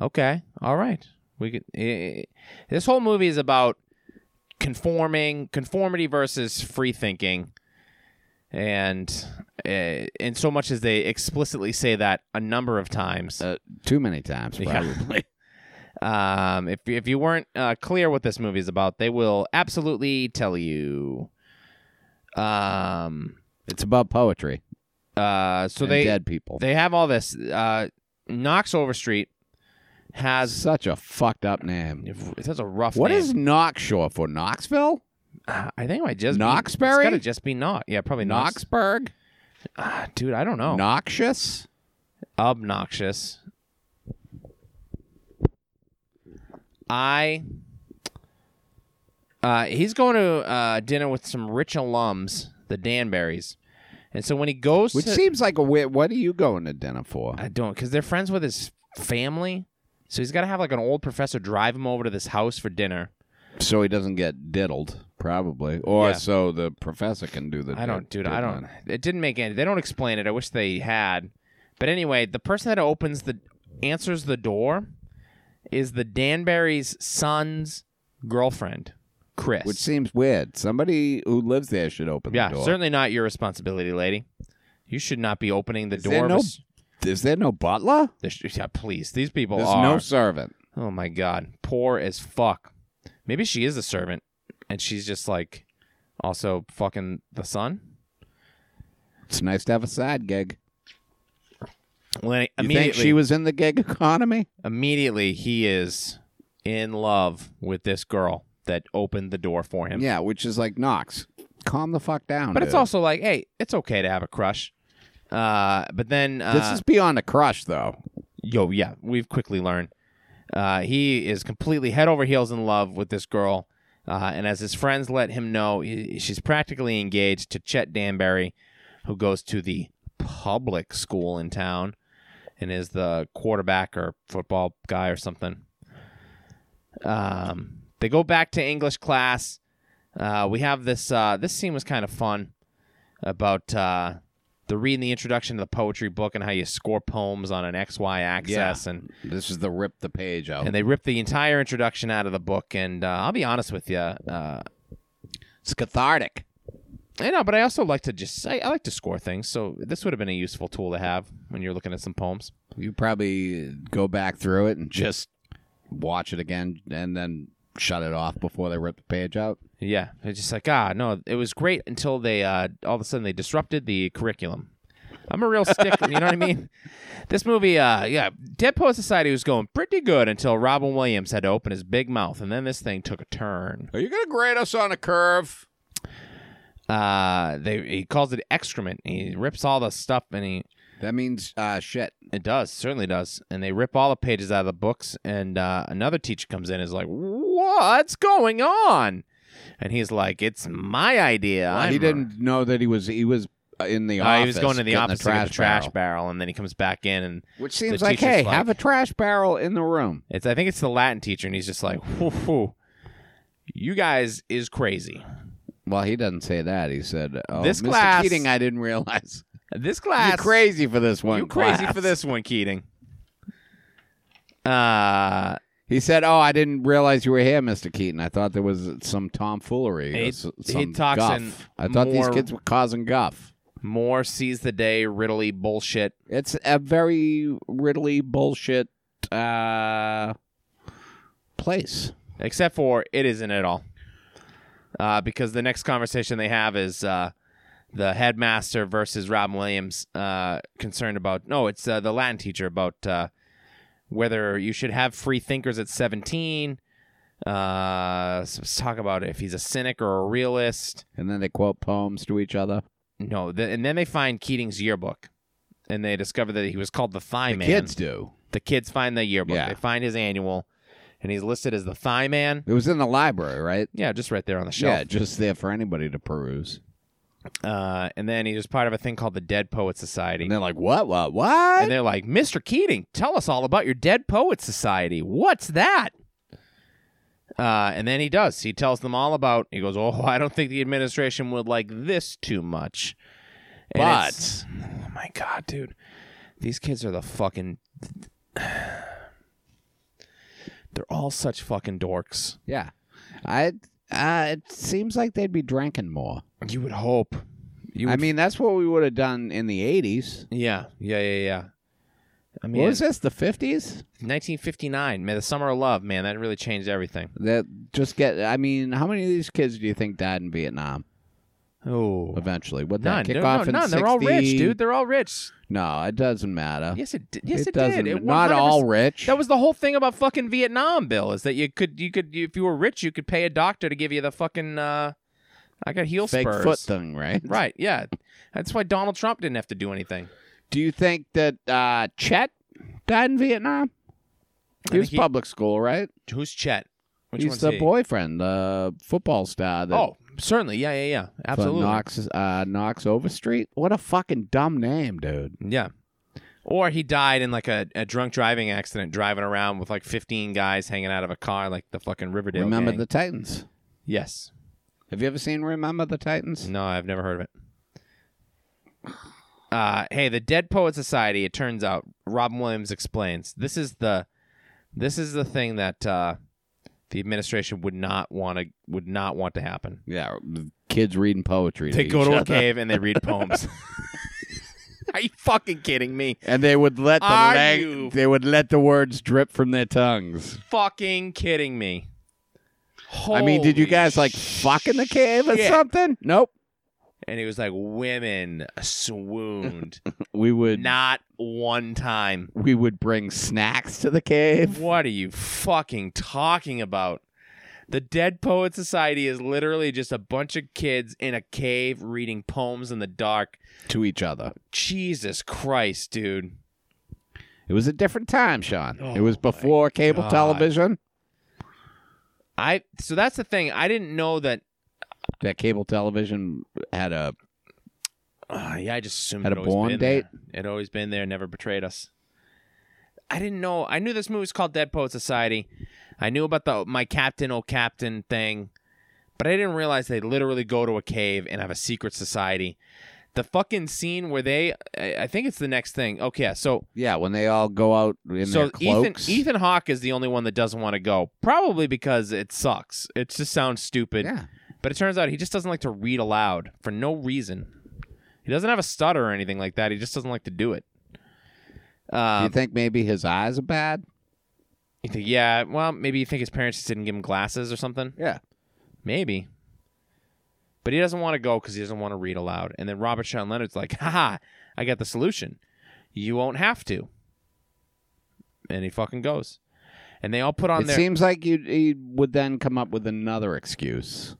B: Okay, all right. We could. eh, eh, this whole movie is about conforming, conformity versus free thinking, and uh, and so much as they explicitly say that a number of times.
A: Uh, too many times,
B: Yeah.
A: probably.
B: Um, if if you weren't uh, clear what this movie is about, they will absolutely tell you. Um.
A: It's about poetry
B: Uh. [LAUGHS] So
A: and
B: they
A: dead people.
B: they have all this. Uh, Knox Overstreet has
A: Such a fucked up name.
B: that's a rough.
A: What
B: name.
A: is Knox short for? Knoxville?
B: Uh, I think it might just Be,
A: Knoxberry?
B: it's gotta just be Knox. Yeah, probably Knox.
A: Knoxburg?
B: Ah, dude, I don't know.
A: Noxious?
B: Obnoxious. I. Uh, he's going to uh, dinner with some rich alums, the Danberries, and so when he goes,
A: Which
B: to,
A: seems like a weird. What are you going to dinner for?
B: I don't because they're friends with his family, so he's got to have like an old professor drive him over to this house for dinner.
A: So he doesn't get diddled, probably, or
B: Yeah.
A: so the professor can do the.
B: I don't,
A: did-
B: dude. I
A: diddling.
B: don't. It didn't make any. They don't explain it. I wish they had. But anyway, the person that opens the answers the door is the Danbury's son's girlfriend, Chris.
A: Which seems weird. Somebody who lives there should open
B: yeah,
A: the door.
B: certainly not your responsibility, lady. You should not be opening the
A: Is there
B: door. of a
A: no
B: s-
A: Is there no butler?
B: there sh- yeah, please. These people
A: There's
B: are.
A: no servant.
B: oh my god, poor as fuck. Maybe she is a servant, and she's just like also fucking the son.
A: It's nice to have a side gig.
B: Well, then
A: You
B: immediately
A: think she was in the gig economy?
B: immediately he is in love with this girl that opened the door for him.
A: Yeah, which is like Knox. Calm the fuck down.
B: But it's
A: dude.
B: also like, hey, it's okay to have a crush. Uh, but then, uh,
A: This is beyond a crush, though.
B: yo, yeah, we've quickly learned uh, he is completely head over heels in love with this girl. Uh, and as his friends let him know, he- she's practically engaged to Chet Danbury, who goes to the public school in town and is the quarterback or football guy or something. Um, they go back to English class. Uh, we have this. Uh, this scene was kind of fun about uh, the reading the introduction to the poetry book and how you score poems on an X Y axis and
A: This is the rip the page out.
B: and they ripped the entire introduction out of the book. And uh, I'll be honest with you, uh,
A: it's cathartic.
B: I know, but I also like to just I, I like to score things, so this would have been a useful tool to have when you're looking at some poems.
A: You probably go back through it and just watch it again, and then shut it off before they rip the page out.
B: Yeah, it's just like ah, no, it was great until they uh, all of a sudden they disrupted the curriculum. I'm a real stickler, you know what I mean? This movie, uh, yeah, Dead Poet Society was going pretty good until Robin Williams had to open his big mouth, and then this thing took a turn.
A: Are you gonna grade us on a curve?
B: Uh, they he calls it excrement. He rips all the stuff and he
A: That means uh, shit.
B: It does, certainly does. And they rip all the pages out of the books, and uh, another teacher comes in and is like, What's going on? And he's like, It's my idea.
A: Well,
B: I'm
A: Uh, he
B: a-"
A: didn't know that he was he was uh, in the
B: Uh,
A: office.
B: he was going to the
A: getting
B: office to get the trash
A: barrel.
B: barrel. and then he comes back in, and
A: which seems
B: The
A: like
B: teacher's
A: hey,
B: like-
A: have a trash barrel in the room.
B: it's I think it's the Latin teacher, and he's just like, "Whew, whew. You guys is crazy.
A: Well, he doesn't say that. He said, "Oh,
B: This
A: Mr.
B: class-
A: Keating, I didn't realize
B: This
A: you
B: [LAUGHS] class,
A: crazy for this one.
B: you crazy
A: class."
B: for this one, Keating." Uh,
A: He said, "Oh, I didn't realize you were here, Mister Keaton. I thought there was some tomfoolery. or
B: He-
A: s-
B: he
A: some
B: talks
A: guff.
B: in
A: I thought
B: more-
A: these kids were causing guff.
B: Moore sees the day, Riddly bullshit.
A: It's a very riddly bullshit uh, place.
B: except for it isn't at all. Uh, because the next conversation they have is uh, the headmaster versus Robin Williams, uh, concerned about no, it's uh, the Latin teacher about uh, whether you should have free thinkers at seventeen. Uh, s- let's talk about if he's a cynic or a realist.
A: And then they quote poems to each other.
B: No, th- and then they find Keating's yearbook, and they discover that he was called the Thigh Man.
A: Kids do.
B: the kids find the yearbook.
A: Yeah.
B: They find his annual, and he's listed as the Thigh Man.
A: It was in the library, right?
B: Yeah, just right there on the shelf.
A: Yeah, just there for anybody to peruse.
B: Uh, and then he was part of a thing called the Dead Poet Society.
A: And they're like, "What? What? What?"
B: And they're like, Mr. Keating, tell us all about your Dead Poet Society. What's that? Uh, and then he does. He tells them all about. He goes, "Oh, [LAUGHS] I don't think the administration would like this too much." And
A: But-
B: it's- oh my god, dude, these kids are the fucking. [SIGHS] They're all such fucking dorks.
A: yeah, I. Uh, it seems like they'd be drinking more.
B: You would hope. You
A: I
B: would-
A: mean, that's what we would have done in the 80s.
B: yeah, yeah, yeah, yeah. I mean,
A: What was this, the 50s?
B: 1959, man, the summer of love, man, that really changed everything.
A: That just get, I mean, how many of these kids do you think died in Vietnam
B: Oh,
A: eventually? Would
B: none,
A: that
B: no,
A: kick
B: no,
A: off in
B: none.
A: 60?
B: They're all rich, dude. They're all rich.
A: No, it doesn't matter.
B: Yes, it did. Yes, it,
A: Uh, doesn't.
B: did. It
A: not
B: 100%
A: all rich.
B: That was the whole thing about fucking Vietnam, Bill, is that you could, you could, if you were rich, you could pay a doctor to give you the fucking, uh, I got heel
A: fake
B: spurs.
A: foot thing, right?
B: Right, yeah. That's why Donald Trump didn't have to do anything.
A: Do you think that uh, Chet died in Vietnam? He
B: I
A: was
B: think he-
A: public school, right?
B: Who's Chet? Which
A: He's
B: one's
A: the
B: he?
A: boyfriend, the football star that
B: Oh, certainly. Yeah, yeah, yeah. Absolutely.
A: Knox uh, Knox Overstreet. What a fucking dumb name, dude.
B: Yeah. Or he died in like a, a drunk driving accident, driving around with like 15 guys hanging out of a car, like the fucking Riverdale.
A: Remember
B: gang.
A: the Titans.
B: Yes.
A: Have you ever seen Remember the Titans?
B: No, I've never heard of it. Uh, hey, the Dead Poet Society. It turns out Robin Williams explains this is the this is the thing that uh, the administration would not want to would not want to happen.
A: Yeah, kids reading poetry.
B: They
A: to
B: go
A: each
B: to a
A: other.
B: cave and they read [LAUGHS] poems. Are you fucking kidding me?
A: and they would let the
B: Are
A: lang-
B: you-
A: they would let the words drip from their tongues.
B: Fucking kidding me.
A: I mean, did you
B: Holy
A: guys like fuck in the cave or
B: shit.
A: something? Nope.
B: And he was like, women
A: [LAUGHS]
B: swooned.
A: We would
B: Not one time.
A: we would bring snacks to the cave.
B: What are you fucking talking about? The Dead Poet Society is literally just a bunch of kids in a cave reading poems in the dark.
A: to each other.
B: Jesus Christ, dude.
A: It was a different time, Sean. it
B: Oh,
A: was before cable
B: God.
A: television.
B: I so that's the thing. I didn't know that
A: That cable television had a
B: Uh, yeah, I just assumed
A: Had
B: it'd
A: a
B: always
A: born
B: been
A: date?
B: There. It always been there, never betrayed us. I didn't know. I knew this movie was called Dead Poet Society. I knew about the my captain, old captain thing, but I didn't realize they literally go to a cave and have a secret society. The fucking scene where they, I I think it's the next thing. Okay, yeah, so
A: yeah. When they all go out in
B: so
A: their
B: Ethan
A: cloaks.
B: Ethan Hawke is the only one that doesn't want to go, probably because it sucks. It just sounds stupid.
A: yeah.
B: But it turns out he just doesn't like to read aloud for no reason. He doesn't have a stutter or anything like that. He just doesn't like to do it.
A: Do
B: Um,
A: you think maybe his eyes are bad?
B: you think- yeah, well, maybe you think his parents just didn't give him glasses or something.
A: Yeah.
B: Maybe. But he doesn't want to go because he doesn't want to read aloud. And then Robert Sean Leonard's like, haha, I got the solution. You won't have to. And he fucking goes. And they all put on
A: it
B: their.
A: seems like you he would then come up with another excuse,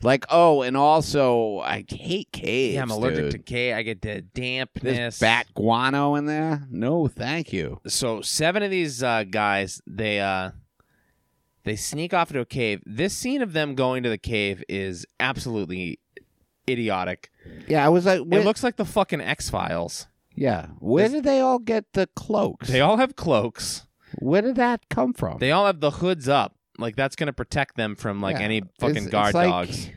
A: like oh, and also I hate caves.
B: yeah, I'm allergic
A: dude.
B: to K. I get the dampness.
A: There's bat guano in there. No, thank you.
B: so seven of these uh, guys they uh they sneak off into a cave this scene of them going to the cave is absolutely idiotic
A: Yeah, I was like, where,
B: it looks like the fucking x-files
A: yeah. Where did they all get the cloaks?
B: they all have cloaks
A: where did that come from?
B: they all have the hoods up like that's gonna protect them from like
A: Yeah,
B: any
A: It's-
B: fucking guard
A: it's like-
B: dogs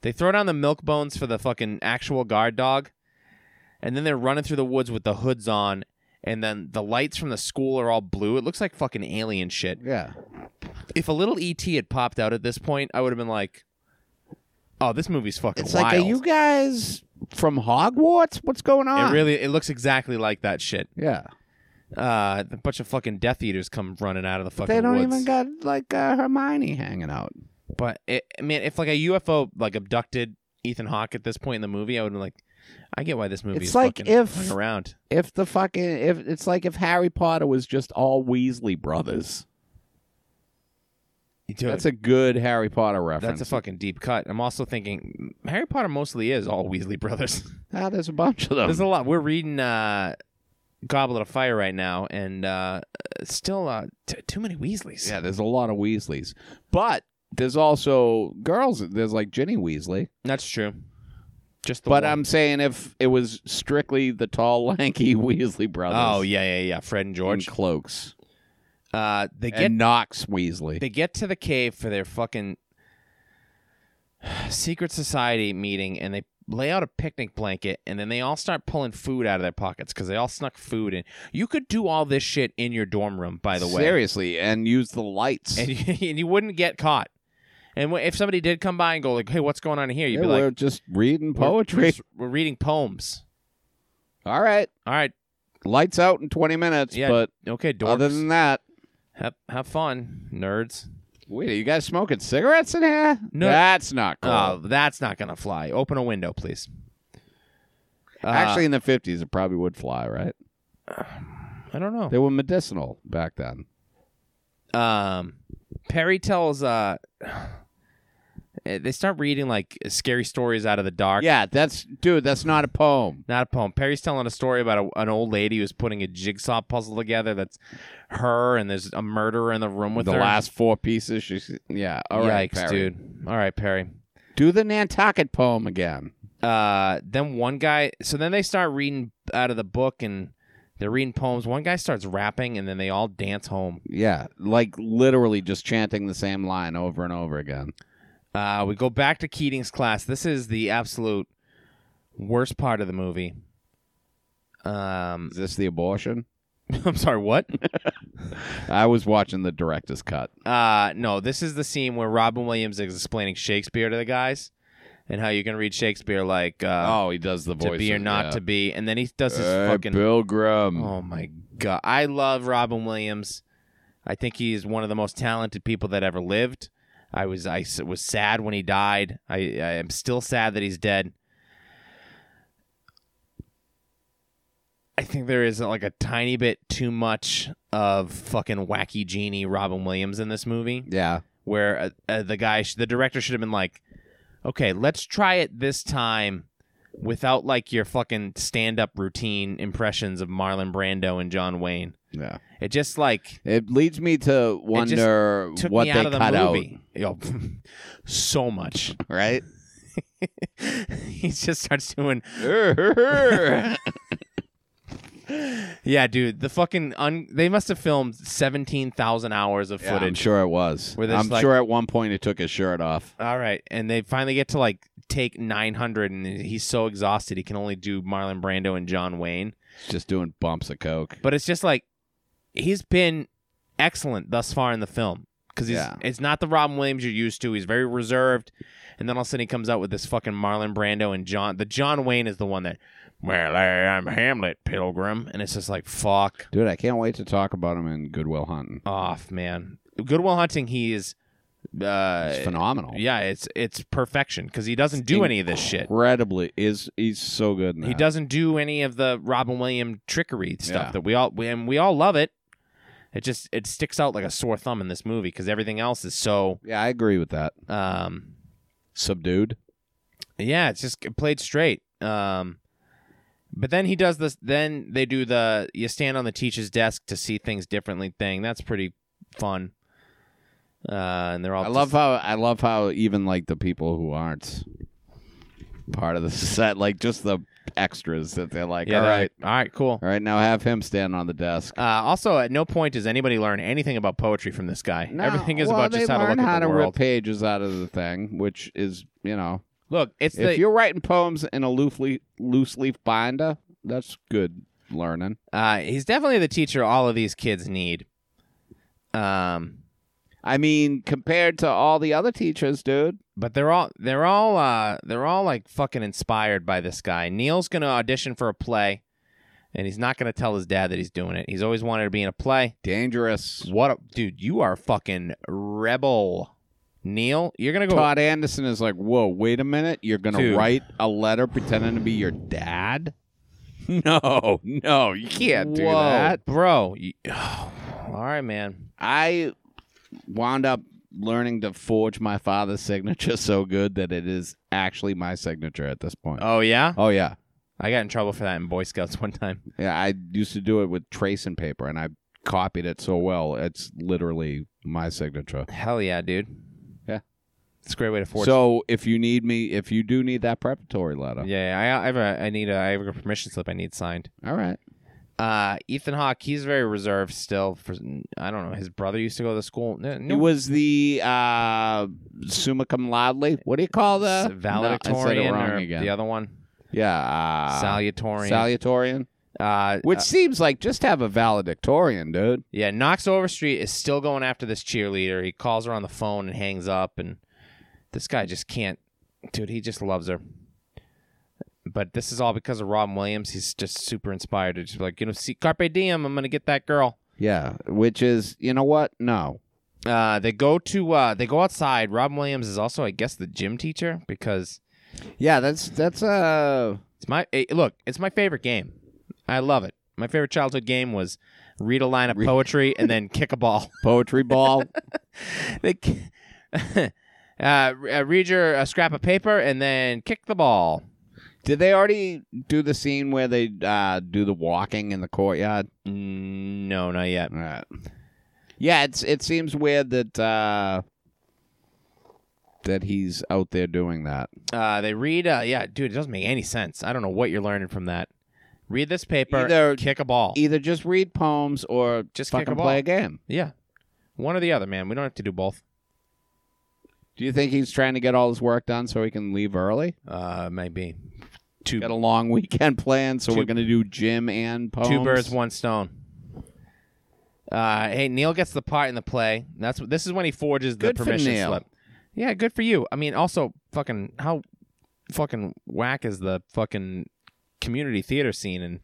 B: they throw down the milk bones for the fucking actual guard dog and then they're running through the woods with the hoods on and then the lights from the school are all blue it looks like fucking alien shit
A: Yeah.
B: if a little ET had popped out at this point, I would have been like, "Oh, this movie's fucking
A: It's
B: wild."
A: like, are you guys from Hogwarts? What's going on?
B: it really, it looks exactly like that shit.
A: yeah.
B: Uh, a bunch of fucking Death Eaters come running out of the fucking
A: They don't
B: woods.
A: even got like uh, Hermione hanging out.
B: but it, I mean, if like a UFO like abducted Ethan Hawke at this point in the movie, I would have been like, "I get why this movie
A: It's
B: is
A: like
B: fucking
A: if-
B: hung around."
A: If the fucking if it's like if Harry Potter was just all Weasley brothers.
B: Dude,
A: That's a good Harry Potter
B: that's
A: reference.
B: a fucking deep cut. I'm also thinking Harry Potter mostly is all Weasley brothers.
A: ah, there's a bunch of them.
B: There's a lot. We're reading uh, Goblet of Fire right now, and uh, still uh, t- too many Weasleys.
A: yeah, there's a lot of Weasleys, but there's also girls. There's like Ginny Weasley,
B: that's true. Just the
A: but um,
B: one.
A: I'm saying if it was strictly the tall, [LAUGHS] lanky Weasley brothers.
B: oh yeah, yeah, yeah. Fred and
A: in
B: George.
A: cloaks
B: Uh, they get
A: and Knox Weasley.
B: they get to the cave for their fucking [SIGHS] secret society meeting, and they lay out a picnic blanket, and then they all start pulling food out of their pockets because they all snuck food in. You could do all this shit in your dorm room, by the
A: [LAUGHS]
B: way. [LAUGHS]
A: seriously, and use the lights.
B: and you, and you wouldn't get caught. And wh- if somebody did come by and go like, "Hey, what's going on here?" You'd
A: Yeah,
B: be like,
A: we're just reading
B: "We're-
A: poetry.
B: We're, we're reading poems.
A: [LAUGHS] All right.
B: All right.
A: Lights out in 20 minutes,
B: Yeah.
A: but
B: okay. Dorks.
A: other than that,
B: have, have fun, nerds.
A: wait, are you guys smoking cigarettes in here?
B: No.
A: That's not cool.
B: Oh, that's not gonna fly. Open a window, please. Uh,
A: Actually, in the 50s, it probably would fly, right?
B: I don't know.
A: They were medicinal back then.
B: um Perry tells uh [SIGHS] eh, they start reading like scary stories out of the dark.
A: Yeah, that's, dude, that's not a poem.
B: Not a poem. Perry's telling a story about a, an old lady who's putting a jigsaw puzzle together that's her and there's a murderer in the room with
A: the
B: her.
A: last four pieces, she's, yeah. All right,
B: Yikes,
A: Perry.
B: dude. All right, Perry.
A: Do the Nantucket poem again.
B: Uh then one guy so then they start reading out of the book and they're reading poems. One guy starts rapping and then they all dance home.
A: Yeah, like literally just chanting the same line over and over again.
B: Uh, we go back to Keating's class. This is the absolute worst part of the movie. Um, [LAUGHS]
A: Is this the abortion?
B: I'm sorry, what?
A: I was watching the director's cut.
B: uh, no, this is the scene where Robin Williams is explaining Shakespeare to the guys and how you can read Shakespeare like uh,
A: oh, he does the voice.
B: to be or
A: of-
B: not
A: yeah.
B: to be, and then he does his
A: Hey,
B: fucking.
A: Pilgrim.
B: Oh my god, I love Robin Williams. I think he is one of the most talented people that ever lived. I was I s- was sad when he died. I I am still sad that he's dead. I think there is like a tiny bit too much of fucking wacky genie Robin Williams in this movie
A: Yeah,
B: where uh, uh, the guy, sh- the director should have been like, okay, let's try it this time without like your fucking stand up routine impressions of Marlon Brando and John Wayne.
A: yeah.
B: It just like
A: It leads me to wonder
B: took
A: what
B: me
A: they
B: out of the
A: cut
B: movie. Yo, [LAUGHS] so much. [LAUGHS]
A: out, right? [LAUGHS]
B: he just starts doing,
A: yeah,
B: yeah, dude, the fucking, un- they must have filmed 17,000 hours of
A: I'm
B: footage.
A: sure it was.
B: Where there's
A: I'm
B: like-
A: sure at one point it took his shirt off.
B: All right, and they finally get to like take 900, and he's so exhausted he can only do Marlon Brando and John Wayne.
A: He's Just doing bumps of coke.
B: But it's just like he's been excellent thus far in the film because he's
A: Yeah.
B: it's not the Robin Williams you're used to. He's very reserved, and then all of a sudden he comes out with this fucking Marlon Brando and John. The John Wayne is the one that. Well, I- I'm Hamlet Pilgrim, and it's just like fuck
A: Dude, I can't wait to talk about him in Goodwill Hunting.
B: off, man. Goodwill Hunting, he is. Uh,
A: It's phenomenal.
B: yeah, it's it's perfection because he doesn't do any of this shit.
A: Incredibly is he's so good. In
B: He
A: that.
B: doesn't do any of the Robin Williams trickery stuff
A: Yeah.
B: that we all we, and we all love it. It just it sticks out like a sore thumb in this movie because everything else is so
A: Yeah, I agree with that.
B: um
A: Subdued.
B: yeah it's just played straight um but then he does this then they do the you stand on the teacher's desk to see things differently thing that's pretty fun uh and they're all
A: I love how I love how even like the people who aren't part of the [LAUGHS] set, like just the extras that they're like,
B: yeah
A: all
B: they're
A: right,
B: like, all right cool
A: all right, now have him stand on the desk.
B: uh, also at no point does anybody learn anything about poetry from this guy
A: No,
B: everything is
A: well,
B: about just
A: they
B: how to
A: learn
B: look
A: how
B: at the
A: to rip
B: world
A: pages out of the thing, which is you know,
B: look it's
A: if
B: the
A: you're writing poems in a loose leaf, loose leaf binder, that's good learning.
B: Uh, he's definitely the teacher all of these kids need. Um,
A: I mean, compared to all the other teachers, dude.
B: but they're all they're all uh, they're all like fucking inspired by this guy. Neil's gonna audition for a play, and he's not gonna tell his dad that he's doing it. He's always wanted to be in a play.
A: Dangerous.
B: What, a, dude? You are a fucking rebel, Neil. You're gonna go. [LAUGHS]
A: Todd Anderson is like, whoa, wait a minute. You're going to
B: Dude.
A: write a letter pretending to be your dad? [LAUGHS] No, no, you can't do
B: Whoa,
A: that.
B: bro. You- [SIGHS] all right, man.
A: I wound up learning to forge my father's signature so good that it is actually my signature at this point.
B: Oh yeah,
A: oh yeah.
B: I got in trouble for that in Boy Scouts one time.
A: Yeah, I used to do it with tracing paper and I copied it so well. It's literally my signature.
B: Hell yeah, dude.
A: Yeah.
B: it's a great way to forge
A: So if you need me, if you do need that preparatory letter,
B: Yeah, I, I have a I need a I have a permission slip I need signed.
A: all right.
B: Uh, Ethan Hawke, he's very reserved still. For I don't know, his brother used to go to school. No,
A: It was the uh, summa cum laude. What do you call the No, I said it
B: valedictorian
A: wrong
B: or
A: again.
B: the other one,
A: yeah, uh,
B: salutatorian.
A: salutatorian,
B: uh,
A: which
B: uh,
A: seems like just have a valedictorian, dude.
B: yeah, Knox Overstreet is still going after this cheerleader. He calls her on the phone and hangs up, and this guy just can't. Dude, he just loves her. But this is all because of Robin Williams. He's just super inspired to just be like, you know, see Carpe Diem. I'm gonna get that girl.
A: Yeah, which is you know what? No,
B: Uh, they go to uh, they go outside. Robin Williams is also, I guess, the gym teacher because
A: yeah, that's that's uh
B: it's my eh, look. It's my favorite game. I love it. My favorite childhood game was read a line of
A: Re-
B: poetry and then kick a ball.
A: poetry [LAUGHS] ball.
B: They ki- uh, re- [LAUGHS] uh, read your a scrap of paper and then kick the ball.
A: Did they already do the scene where they uh, do the walking in the courtyard?
B: Mm, No, not yet.
A: All right. Yeah, it's it seems weird that uh, that he's out there doing that.
B: Uh, they read. Uh, yeah, dude, it doesn't make any sense. I don't know what you're learning from that. Read this paper,
A: Either- e-
B: kick a ball.
A: Either just read poems or
B: Just kick a
A: fucking
B: ball.
A: play a game.
B: yeah, one or the other, man. We don't have to do both.
A: Do you think he's trying to get all his work done so he can leave early?
B: Uh, maybe two
A: Got a long [LAUGHS] weekend planned, so
B: Two-
A: we're going to do gym and poems.
B: two birds, one stone. Uh, hey, Neil gets the part in the play. That's this is when he forges the
A: Good for
B: permission
A: Neil.
B: slip. Yeah, good for you. I mean, also fucking how fucking whack is the fucking community theater scene in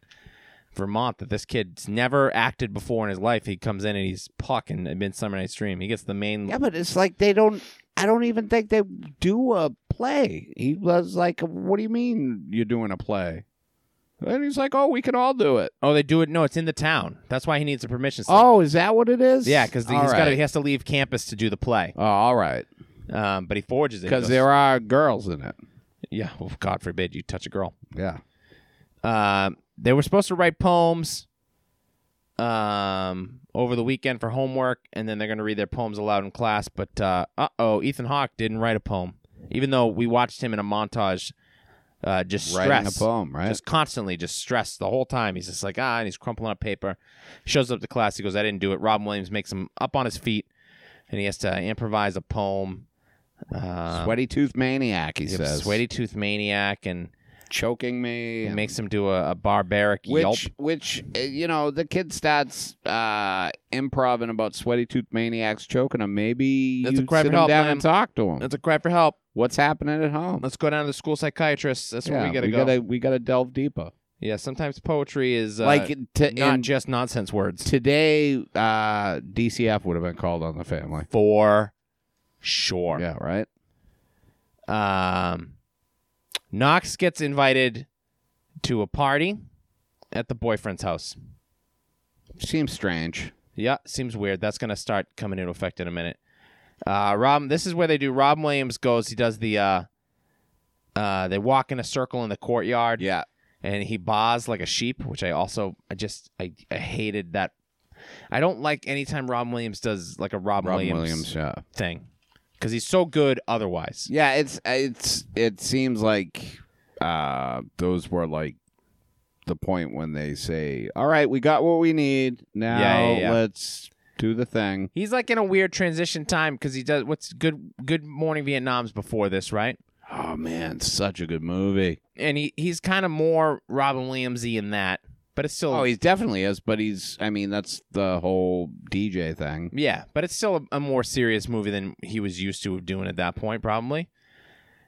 B: Vermont that this kid's never acted before in his life. He comes in and he's pucking in Midsummer Night's Dream. He gets the main.
A: Yeah, but it's like they don't. I don't even think they do a play. He was like, "What do you mean you're doing a play?" And he's like, "Oh, we can all do it."
B: Oh, they do it. No, it's in the town. That's why he needs a permission slip.
A: Oh, is that what it is?
B: yeah, because
A: All
B: he's got
A: right.
B: he has to leave campus to do the play.
A: Oh, all right.
B: Um, but he forges it He
A: Because
B: goes-
A: there are girls in it.
B: Yeah, well, God forbid you touch a girl.
A: Yeah.
B: Um, they were supposed to write poems um, over the weekend for homework, and then they're going to read their poems aloud in class. But uh oh, Ethan Hawke didn't write a poem, even though we watched him in a montage, uh, just
A: Writing a
B: stress,
A: poem, right?
B: just constantly, just stressed the whole time. He's just like ah, and he's crumpling up paper. Shows up to class, he goes, "I didn't do it." Robin Williams makes him up on his feet, and he has to improvise a poem. Uh,
A: Sweaty tooth maniac, he says.
B: sweaty tooth maniac, and
A: choking me.
B: he
A: and-
B: makes him do a, a barbaric
A: which,
B: yelp.
A: which, uh, you know, the kid starts uh, improving about sweaty tooth maniacs choking him. Maybe
B: That's
A: you
B: a cry
A: sit
B: for
A: him
B: help,
A: down
B: man.
A: and talk to him.
B: That's a cry for help.
A: What's happening at home?
B: Let's go down to the school psychiatrist. That's where we gotta
A: we
B: go.
A: gotta we gotta delve deeper.
B: Yeah, sometimes poetry is uh,
A: like to,
B: not
A: and
B: just nonsense words.
A: today, uh, DCF would have been called on the family.
B: For sure.
A: Yeah, right.
B: Um, Knox gets invited to a party at the boyfriend's house.
A: Seems strange.
B: Yeah, seems weird. That's gonna start coming into effect in a minute. Uh, Rob, this is where they do. Rob Williams goes. He does the. Uh, uh, they walk in a circle in the courtyard.
A: Yeah,
B: and he baas like a sheep, which I also I just I, I hated that. I don't like anytime Rob Williams does like a Rob,
A: Robin
B: Williams,
A: Williams. yeah,
B: thing because he's so good otherwise.
A: yeah. It's it's it seems like uh, those were like the point when they say, "All right, we got what we need. Now
B: Yeah, yeah, yeah.
A: let's do the thing."
B: He's like in a weird transition time because he does what's good. Good Morning Vietnam's before this, right?
A: Oh man, such a good movie.
B: And he he's kind of more Robin Williamsy in that, but it's still
A: Oh, he definitely is, but he's. I mean, that's the whole DJ thing.
B: Yeah, but it's still a, a more serious movie than he was used to of doing at that point, probably.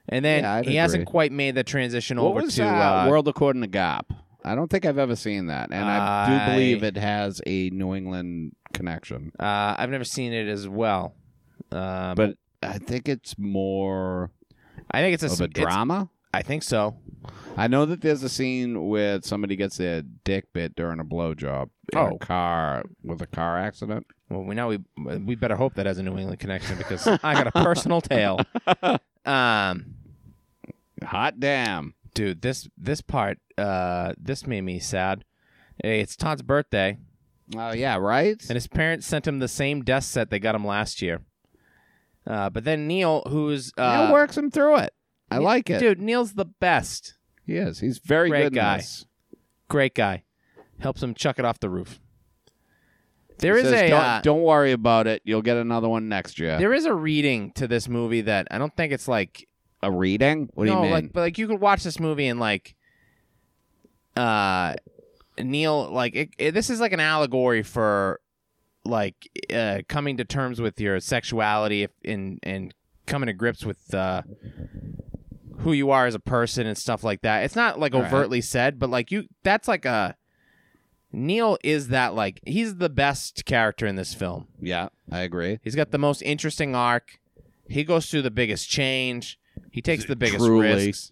B: And then
A: Yeah, I'd
B: he hasn't
A: agree.
B: quite made the transition
A: What
B: over
A: was,
B: to
A: uh,
B: uh,
A: World According to Gop? I don't think I've ever seen that, and I do
B: I-
A: believe it has a New England connection.
B: Uh, I've never seen it as well, um,
A: But I think it's more
B: I think it's a,
A: of
B: s-
A: a
B: it's-
A: drama.
B: I think so.
A: I know that there's a scene where somebody gets their dick bit during a blowjob in
B: Oh.
A: a car with a car accident.
B: Well, we know we we better hope that has a New England connection because I
A: [LAUGHS]
B: got a personal tale. Um,
A: Hot damn!
B: dude, this this part uh, this made me sad. Hey, it's Todd's birthday,
A: Oh yeah, right.
B: and his parents sent him the same desk set they got him last year. Uh, but then Neil, who's uh,
A: it works him through it. I
B: yeah,
A: like it.
B: dude, Neil's the best.
A: He is. He's very
B: Great
A: good in
B: guy.
A: this.
B: Great guy, helps him chuck it off the roof. There
A: He
B: is
A: says,
B: a
A: don't,
B: uh,
A: don't worry about it. You'll get another one next year.
B: There is a reading to this movie that I don't think it's like
A: A reading? What do
B: no,
A: you mean?
B: like but like you could watch this movie and like uh Neil like it, it- this is like an allegory for like uh coming to terms with your sexuality if, and and coming to grips with uh, who you are as a person and stuff like that. It's not like
A: Right.
B: overtly said, but like you, that's like a Neil is that like he's the best character in this film.
A: Yeah, I agree.
B: He's got the most interesting arc. He goes through the biggest change. He takes the biggest
A: Truly.
B: risks.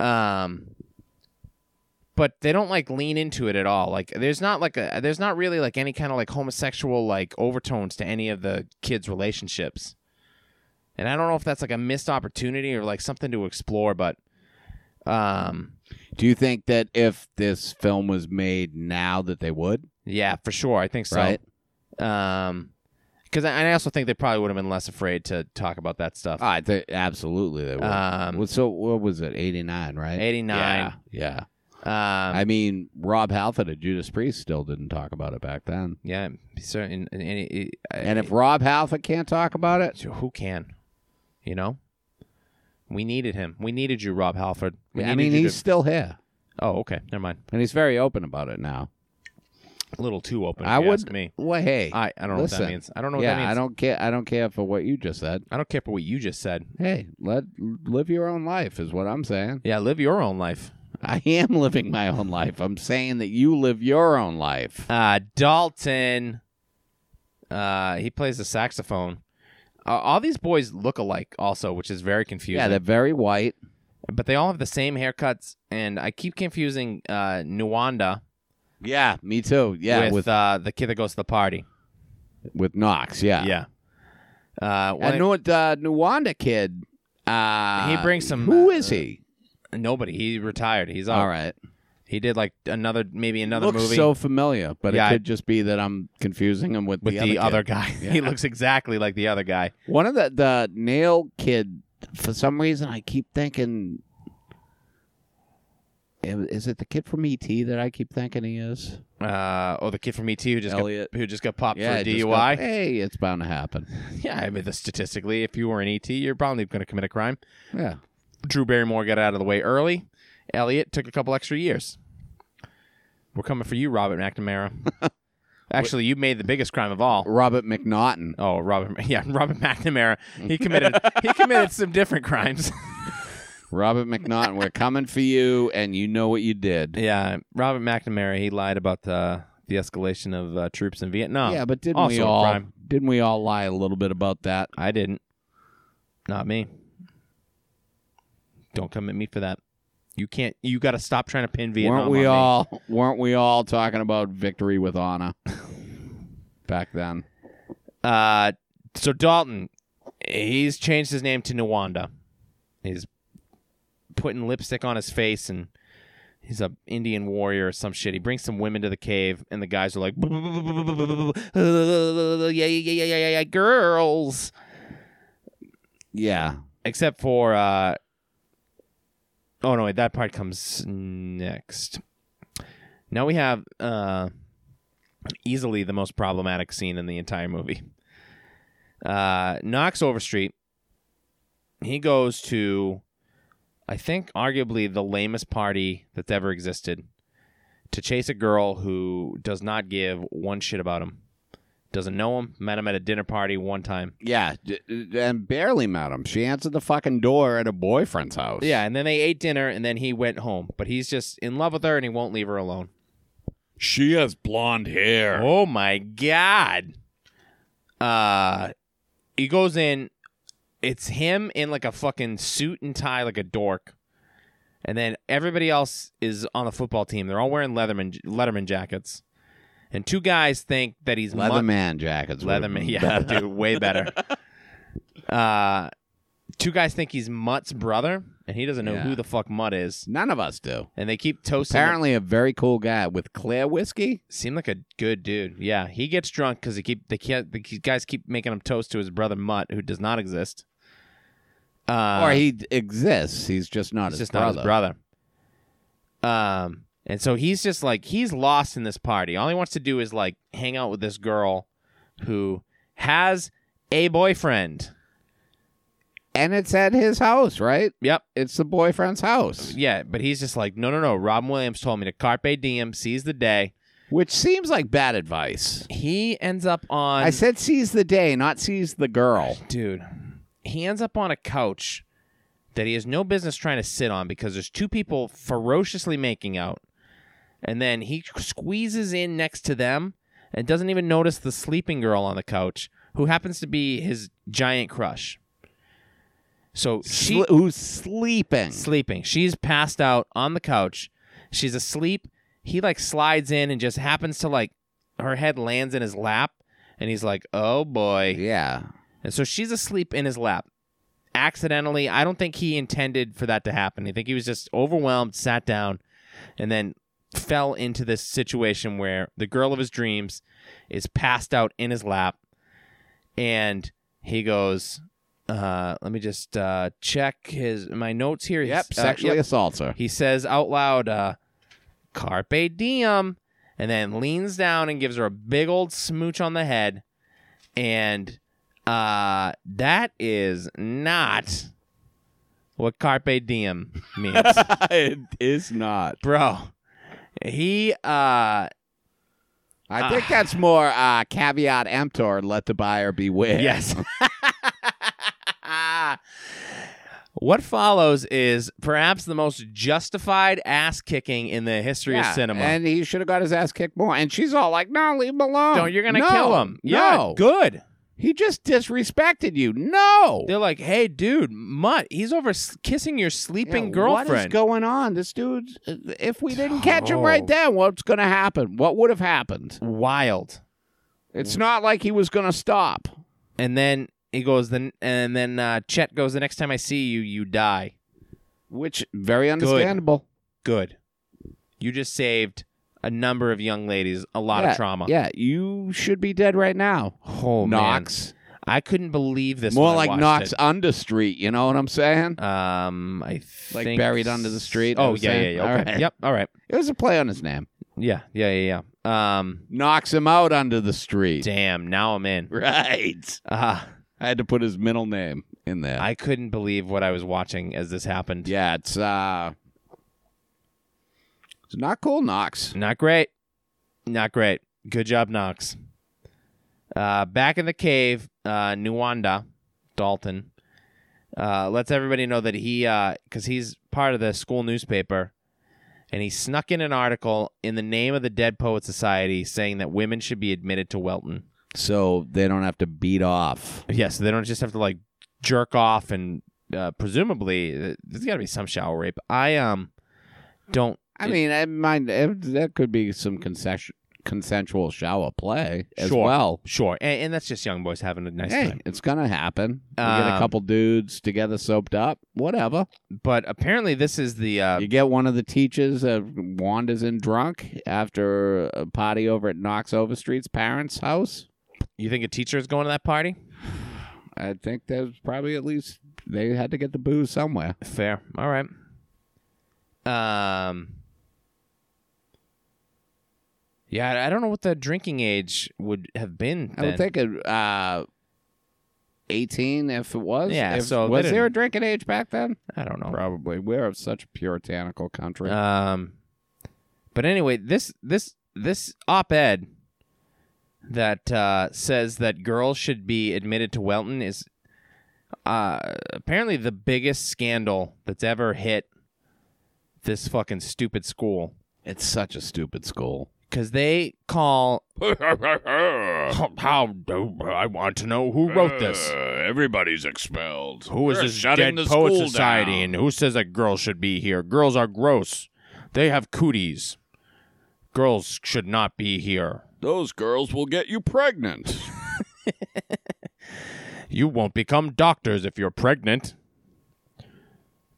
B: Um, but they don't like lean into it at all. Like there's not like a there's not really like any kind of like homosexual like overtones to any of the kids' relationships. And I don't know if that's like a missed opportunity or like something to explore, but um,
A: Do you think that if this film was made now, that they would?
B: yeah, for sure, I think so.
A: Right.
B: Um, because I, I also think they probably would have been less afraid to talk about that stuff.
A: I th- absolutely Ah, they would.
B: Um,
A: Well, so what was it? Eighty nine, right?
B: 89.
A: Yeah.
B: Yeah. Um,
A: I mean, Rob Halford of Judas Priest still didn't talk about it back then.
B: yeah. Certain, and, and,
A: And if Rob Halford can't talk about it,
B: who can, you know, we needed him. We needed you, Rob Halford. We
A: I
B: needed
A: mean,
B: you
A: he's
B: to-
A: still here,
B: oh, okay. Never mind.
A: and he's very open about it now.
B: A little too open. If
A: I
B: you
A: would
B: ask me.
A: Well, hey,
B: I, I don't know what
A: Listen.
B: that means. I don't know what
A: yeah,
B: that means.
A: I don't care. I don't care for what you just said.
B: I don't care for what you just said.
A: Hey, let live your own life is what I'm saying. [LAUGHS]
B: Yeah, live your own life.
A: I am living my own life. I'm saying that you live your own life.
B: Uh, Dalton. Uh, he plays the saxophone. Uh, all these boys look alike, also, which is very confusing.
A: Yeah, they're very white.
B: but they all have the same haircuts, and I keep confusing uh, Nuwanda
A: Yeah, me too. Yeah,
B: with,
A: with with,
B: uh, the kid that goes to the party.
A: Knox. Yeah,
B: Uh, well,
A: I know what uh, Nwanda kid. Uh,
B: He brings some-
A: Who is he?
B: nobody. He retired. He's
A: All
B: all right.
A: right,
B: He did like another, maybe another
A: looks
B: movie
A: so familiar, but
B: Yeah,
A: it
B: I-
A: could just be that I'm confusing him with,
B: with the,
A: kid.
B: other, guy. [LAUGHS]
A: Yeah.
B: he looks exactly like the other guy.
A: One of the the nail kid. For some reason, I keep thinking. Is it the kid from ET that I keep thinking he is?
B: Uh, oh, the kid from ET who just
A: Elliot.
B: got, who just got popped for a
A: it just
B: DUI.
A: got- hey, it's bound to happen.
B: [LAUGHS] yeah, I mean, the, statistically, if you were an ET, you're probably going to commit a crime.
A: Yeah.
B: Drew Barrymore got out of the way early. Elliot took a couple extra years. We're coming for you,
A: [LAUGHS]
B: Robert McNamara. Actually, you made the biggest crime of all.
A: Robert McNaughton.
B: Oh, Robert, [LAUGHS] yeah, Robert McNamara. [LAUGHS] He committed he committed some different crimes. [LAUGHS]
A: Robert McNaughton, we're coming for you, and you know what you did.
B: Yeah, Robert McNamara. He lied about the the escalation of uh, troops in Vietnam.
A: Yeah, but didn't we
B: Also a
A: all?
B: crime.
A: Didn't we all lie a little bit about that?
B: I didn't. Not me. Don't come at me for that. You can't. You got to stop trying to pin Vietnam.
A: weren't we
B: on me.
A: all? Weren't we all talking about victory with honor [LAUGHS] back then?
B: Uh, so Dalton, he's changed his name to Nwanda. He's putting lipstick on his face and he's a Indian warrior or some shit. He brings some women to the cave and the guys are like, "Yeah, yeah, yeah, yeah, yeah, yeah, girls."
A: Yeah,
B: Except for, uh, oh no, wait, that part comes next. Now we have uh, easily the most problematic scene in the entire movie. Uh, Knox Overstreet. He goes to, I think, arguably the lamest party that's ever existed to chase a girl who does not give one shit about him. Doesn't know him. Met him at a dinner party one time.
A: yeah, d- d- and barely met him. She answered the fucking door at a boyfriend's house.
B: Yeah, and then they ate dinner, and then he went home. But he's just in love with her, and he won't leave her alone.
A: she has blonde hair.
B: Oh my god! Uh, he goes in. It's him in like a fucking suit and tie, like a dork. And then everybody else is on the football team. They're all wearing Leatherman Letterman jackets, and two guys think that he's Mon-
A: Leatherman jackets. would've
B: Leatherman, [LAUGHS]
A: been
B: yeah,
A: better.
B: dude,
A: [LAUGHS]
B: way better. uh, two guys think he's Mutt's brother, and he doesn't know
A: Yeah.
B: who the fuck Mutt is.
A: None of us do.
B: And they keep toasting. the-
A: Apparently, a very cool guy with clear whiskey.
B: Seemed like a good dude. Yeah, he gets drunk because he keep they can't the guys keep making him toast to his brother Mutt, who does not exist. Uh,
A: or he d- exists. He's just not,
B: he's
A: his,
B: just
A: brother.
B: not his brother. Um, and so he's just like he's lost in this party. All he wants to do is like hang out with this girl who has a boyfriend.
A: And it's at his house, right?
B: Yep.
A: It's the boyfriend's house,
B: Yeah, but he's just like, no, no, no. Robin Williams told me to carpe diem, seize the day.
A: which seems like bad advice.
B: He ends up on.
A: I said seize the day, not seize the girl.
B: dude. he ends up on a couch that he has no business trying to sit on because there's two people ferociously making out. And then he squeezes in next to them and doesn't even notice the sleeping girl on the couch who happens to be his giant crush. So she
A: Sle- who's sleeping?
B: sleeping. She's passed out on the couch. She's asleep. He like slides in and just happens to like her head lands in his lap and he's like, "Oh boy."
A: yeah,
B: And so she's asleep in his lap. Accidentally, I don't think he intended for that to happen. I think he was just overwhelmed, sat down, and then fell into this situation where the girl of his dreams is passed out in his lap. And he goes, uh, let me just uh, check his my notes here.
A: yep.
B: He's- uh,
A: Sexually
B: yep.
A: assaults
B: [LAUGHS]
A: her.
B: He says out loud, uh, Carpe diem, and then leans down and gives her a big old smooch on the head. And uh, that is not what Carpe diem
A: [LAUGHS]
B: means.
A: it is not.
B: Bro, he, uh, Ah.
A: I think that's more uh, caveat emptor. Let the buyer beware.
B: yes. [LAUGHS] what follows is perhaps the most justified ass kicking in the history of
A: Yeah,
B: cinema.
A: And he should have got his ass kicked more. And she's all like, "No, leave him alone.
B: no, you're gonna
A: No,
B: kill him. Yeah,
A: no,
B: good.
A: he just disrespected you. No,
B: They're like, "Hey, dude, mutt, he's over s- kissing your sleeping
A: Yeah,
B: girlfriend."
A: What is going on? This dude. uh, If we didn't catch him right
B: Oh.
A: then, what's going to happen? What would have happened?
B: Wild. Mm.
A: It's not like he was going to stop.
B: And then he goes, then and then uh, Chet goes, "The next time I see you, you die."
A: Which very understandable.
B: Good. You just saved a number of young ladies a lot
A: yeah,
B: of trauma.
A: Yeah, you should be dead right now.
B: Oh
A: Knox.
B: man, I couldn't believe this.
A: More
B: when I
A: like
B: watched
A: Knox
B: it.
A: Understreet, you know what I'm saying?
B: Um, I
A: Like
B: think
A: buried under the street, I
B: Oh
A: was
B: yeah, yeah,
A: saying.
B: yeah.
A: All
B: Okay.
A: right.
B: Yep. All right.
A: It was a play on his name.
B: Yeah, yeah, yeah, yeah. Um,
A: Knocks him out under the street.
B: damn. Now I'm in.
A: Right.
B: Ah,
A: I had to put his middle name in there.
B: I couldn't believe what I was watching as this happened.
A: yeah, it's uh It's not cool, Knox.
B: Not great. Not great. Good job, Knox. Uh, back in the cave, uh, Nuwanda Dalton uh, lets everybody know that he, because he's part of the school newspaper, and he snuck in an article in the name of the Dead Poet Society saying that women should be admitted to Welton.
A: So they don't have to beat off.
B: Yeah, so they don't just have to like jerk off and uh, presumably th- there's got to be some shower rape. I um don't.
A: I
B: It-
A: mean, I mind it, that could be some concession, consensual shower play as
B: Sure.
A: well.
B: Sure, and, and that's just young boys having a nice
A: hey,
B: time.
A: it's gonna happen. you get a
B: Um,
A: couple dudes together soaped up, whatever.
B: but apparently this is the uh,
A: you get one of the teachers that wanders in drunk after a party over at Knox Overstreet's parents' house.
B: you think a teacher is going to that party
A: I think there's probably at least they had to get the booze somewhere.
B: fair all right um yeah I- i don't know what the drinking age would have been
A: I would
B: then.
A: think it, uh, eighteen if it was.
B: Yeah,
A: If-
B: so they
A: was there a
B: didn't-
A: drinking age back then?
B: i don't know
A: Probably. We're such a puritanical country.
B: um but anyway this this this op-ed that uh, says that girls should be admitted to welton is uh, apparently the biggest scandal that's ever hit this fucking stupid school
A: It's such a stupid school.
B: because they call. [LAUGHS] How do I want to know who wrote this?
A: Uh, everybody's expelled.
B: Who is this dead poet society, and who says that girls should be here? Girls are gross. They have cooties. Girls should not be here.
A: Those girls will get you pregnant.
B: You won't become doctors if you're pregnant.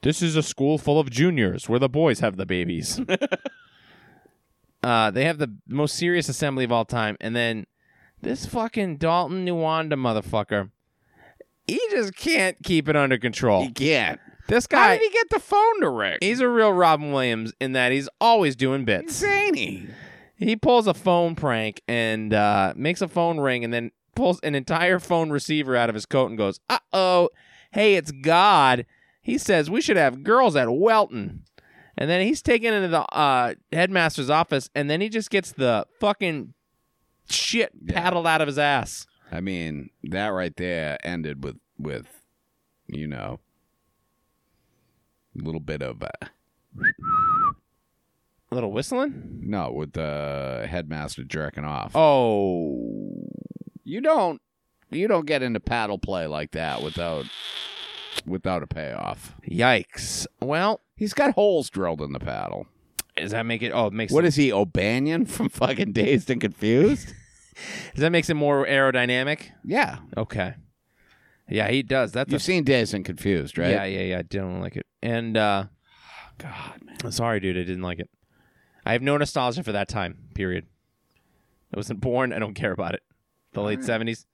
B: This is a school full of juniors where the boys have the babies. uh, they have the most serious assembly of all time. And then this fucking Dalton Nuwanda motherfucker, he just can't keep it under control.
A: He can't.
B: This
A: How
B: guy,
A: did he get the phone to ring?
B: he's a real Robin Williams in that he's always doing bits.
A: zany.
B: He pulls a phone prank and uh, makes a phone ring and then pulls an entire phone receiver out of his coat and goes, uh oh, hey, it's God. He says we should have girls at Welton. And then he's taken into the uh, headmaster's office and then he just gets the fucking shit
A: Yeah.
B: paddled out of his ass.
A: I mean, that right there ended with with you know, a little bit of uh,
B: A little whistling?
A: no with the headmaster jerking off.
B: Oh.
A: You don't you don't get into paddle play like that without without a payoff.
B: Yikes. Well,
A: He's got holes drilled in the paddle.
B: does that make it oh it makes
A: What
B: it,
A: is he, O'Banion from fucking Dazed and Confused?
B: does that makes it more aerodynamic?
A: yeah.
B: Okay. Yeah, he does. That's
A: You've
B: a,
A: seen Dazed and Confused, right?
B: Yeah, yeah, yeah. I didn't like it. And uh
A: God, man.
B: sorry, dude, I didn't like it. I have no nostalgia for that time, period. I wasn't born, I don't care about it. The late seventies.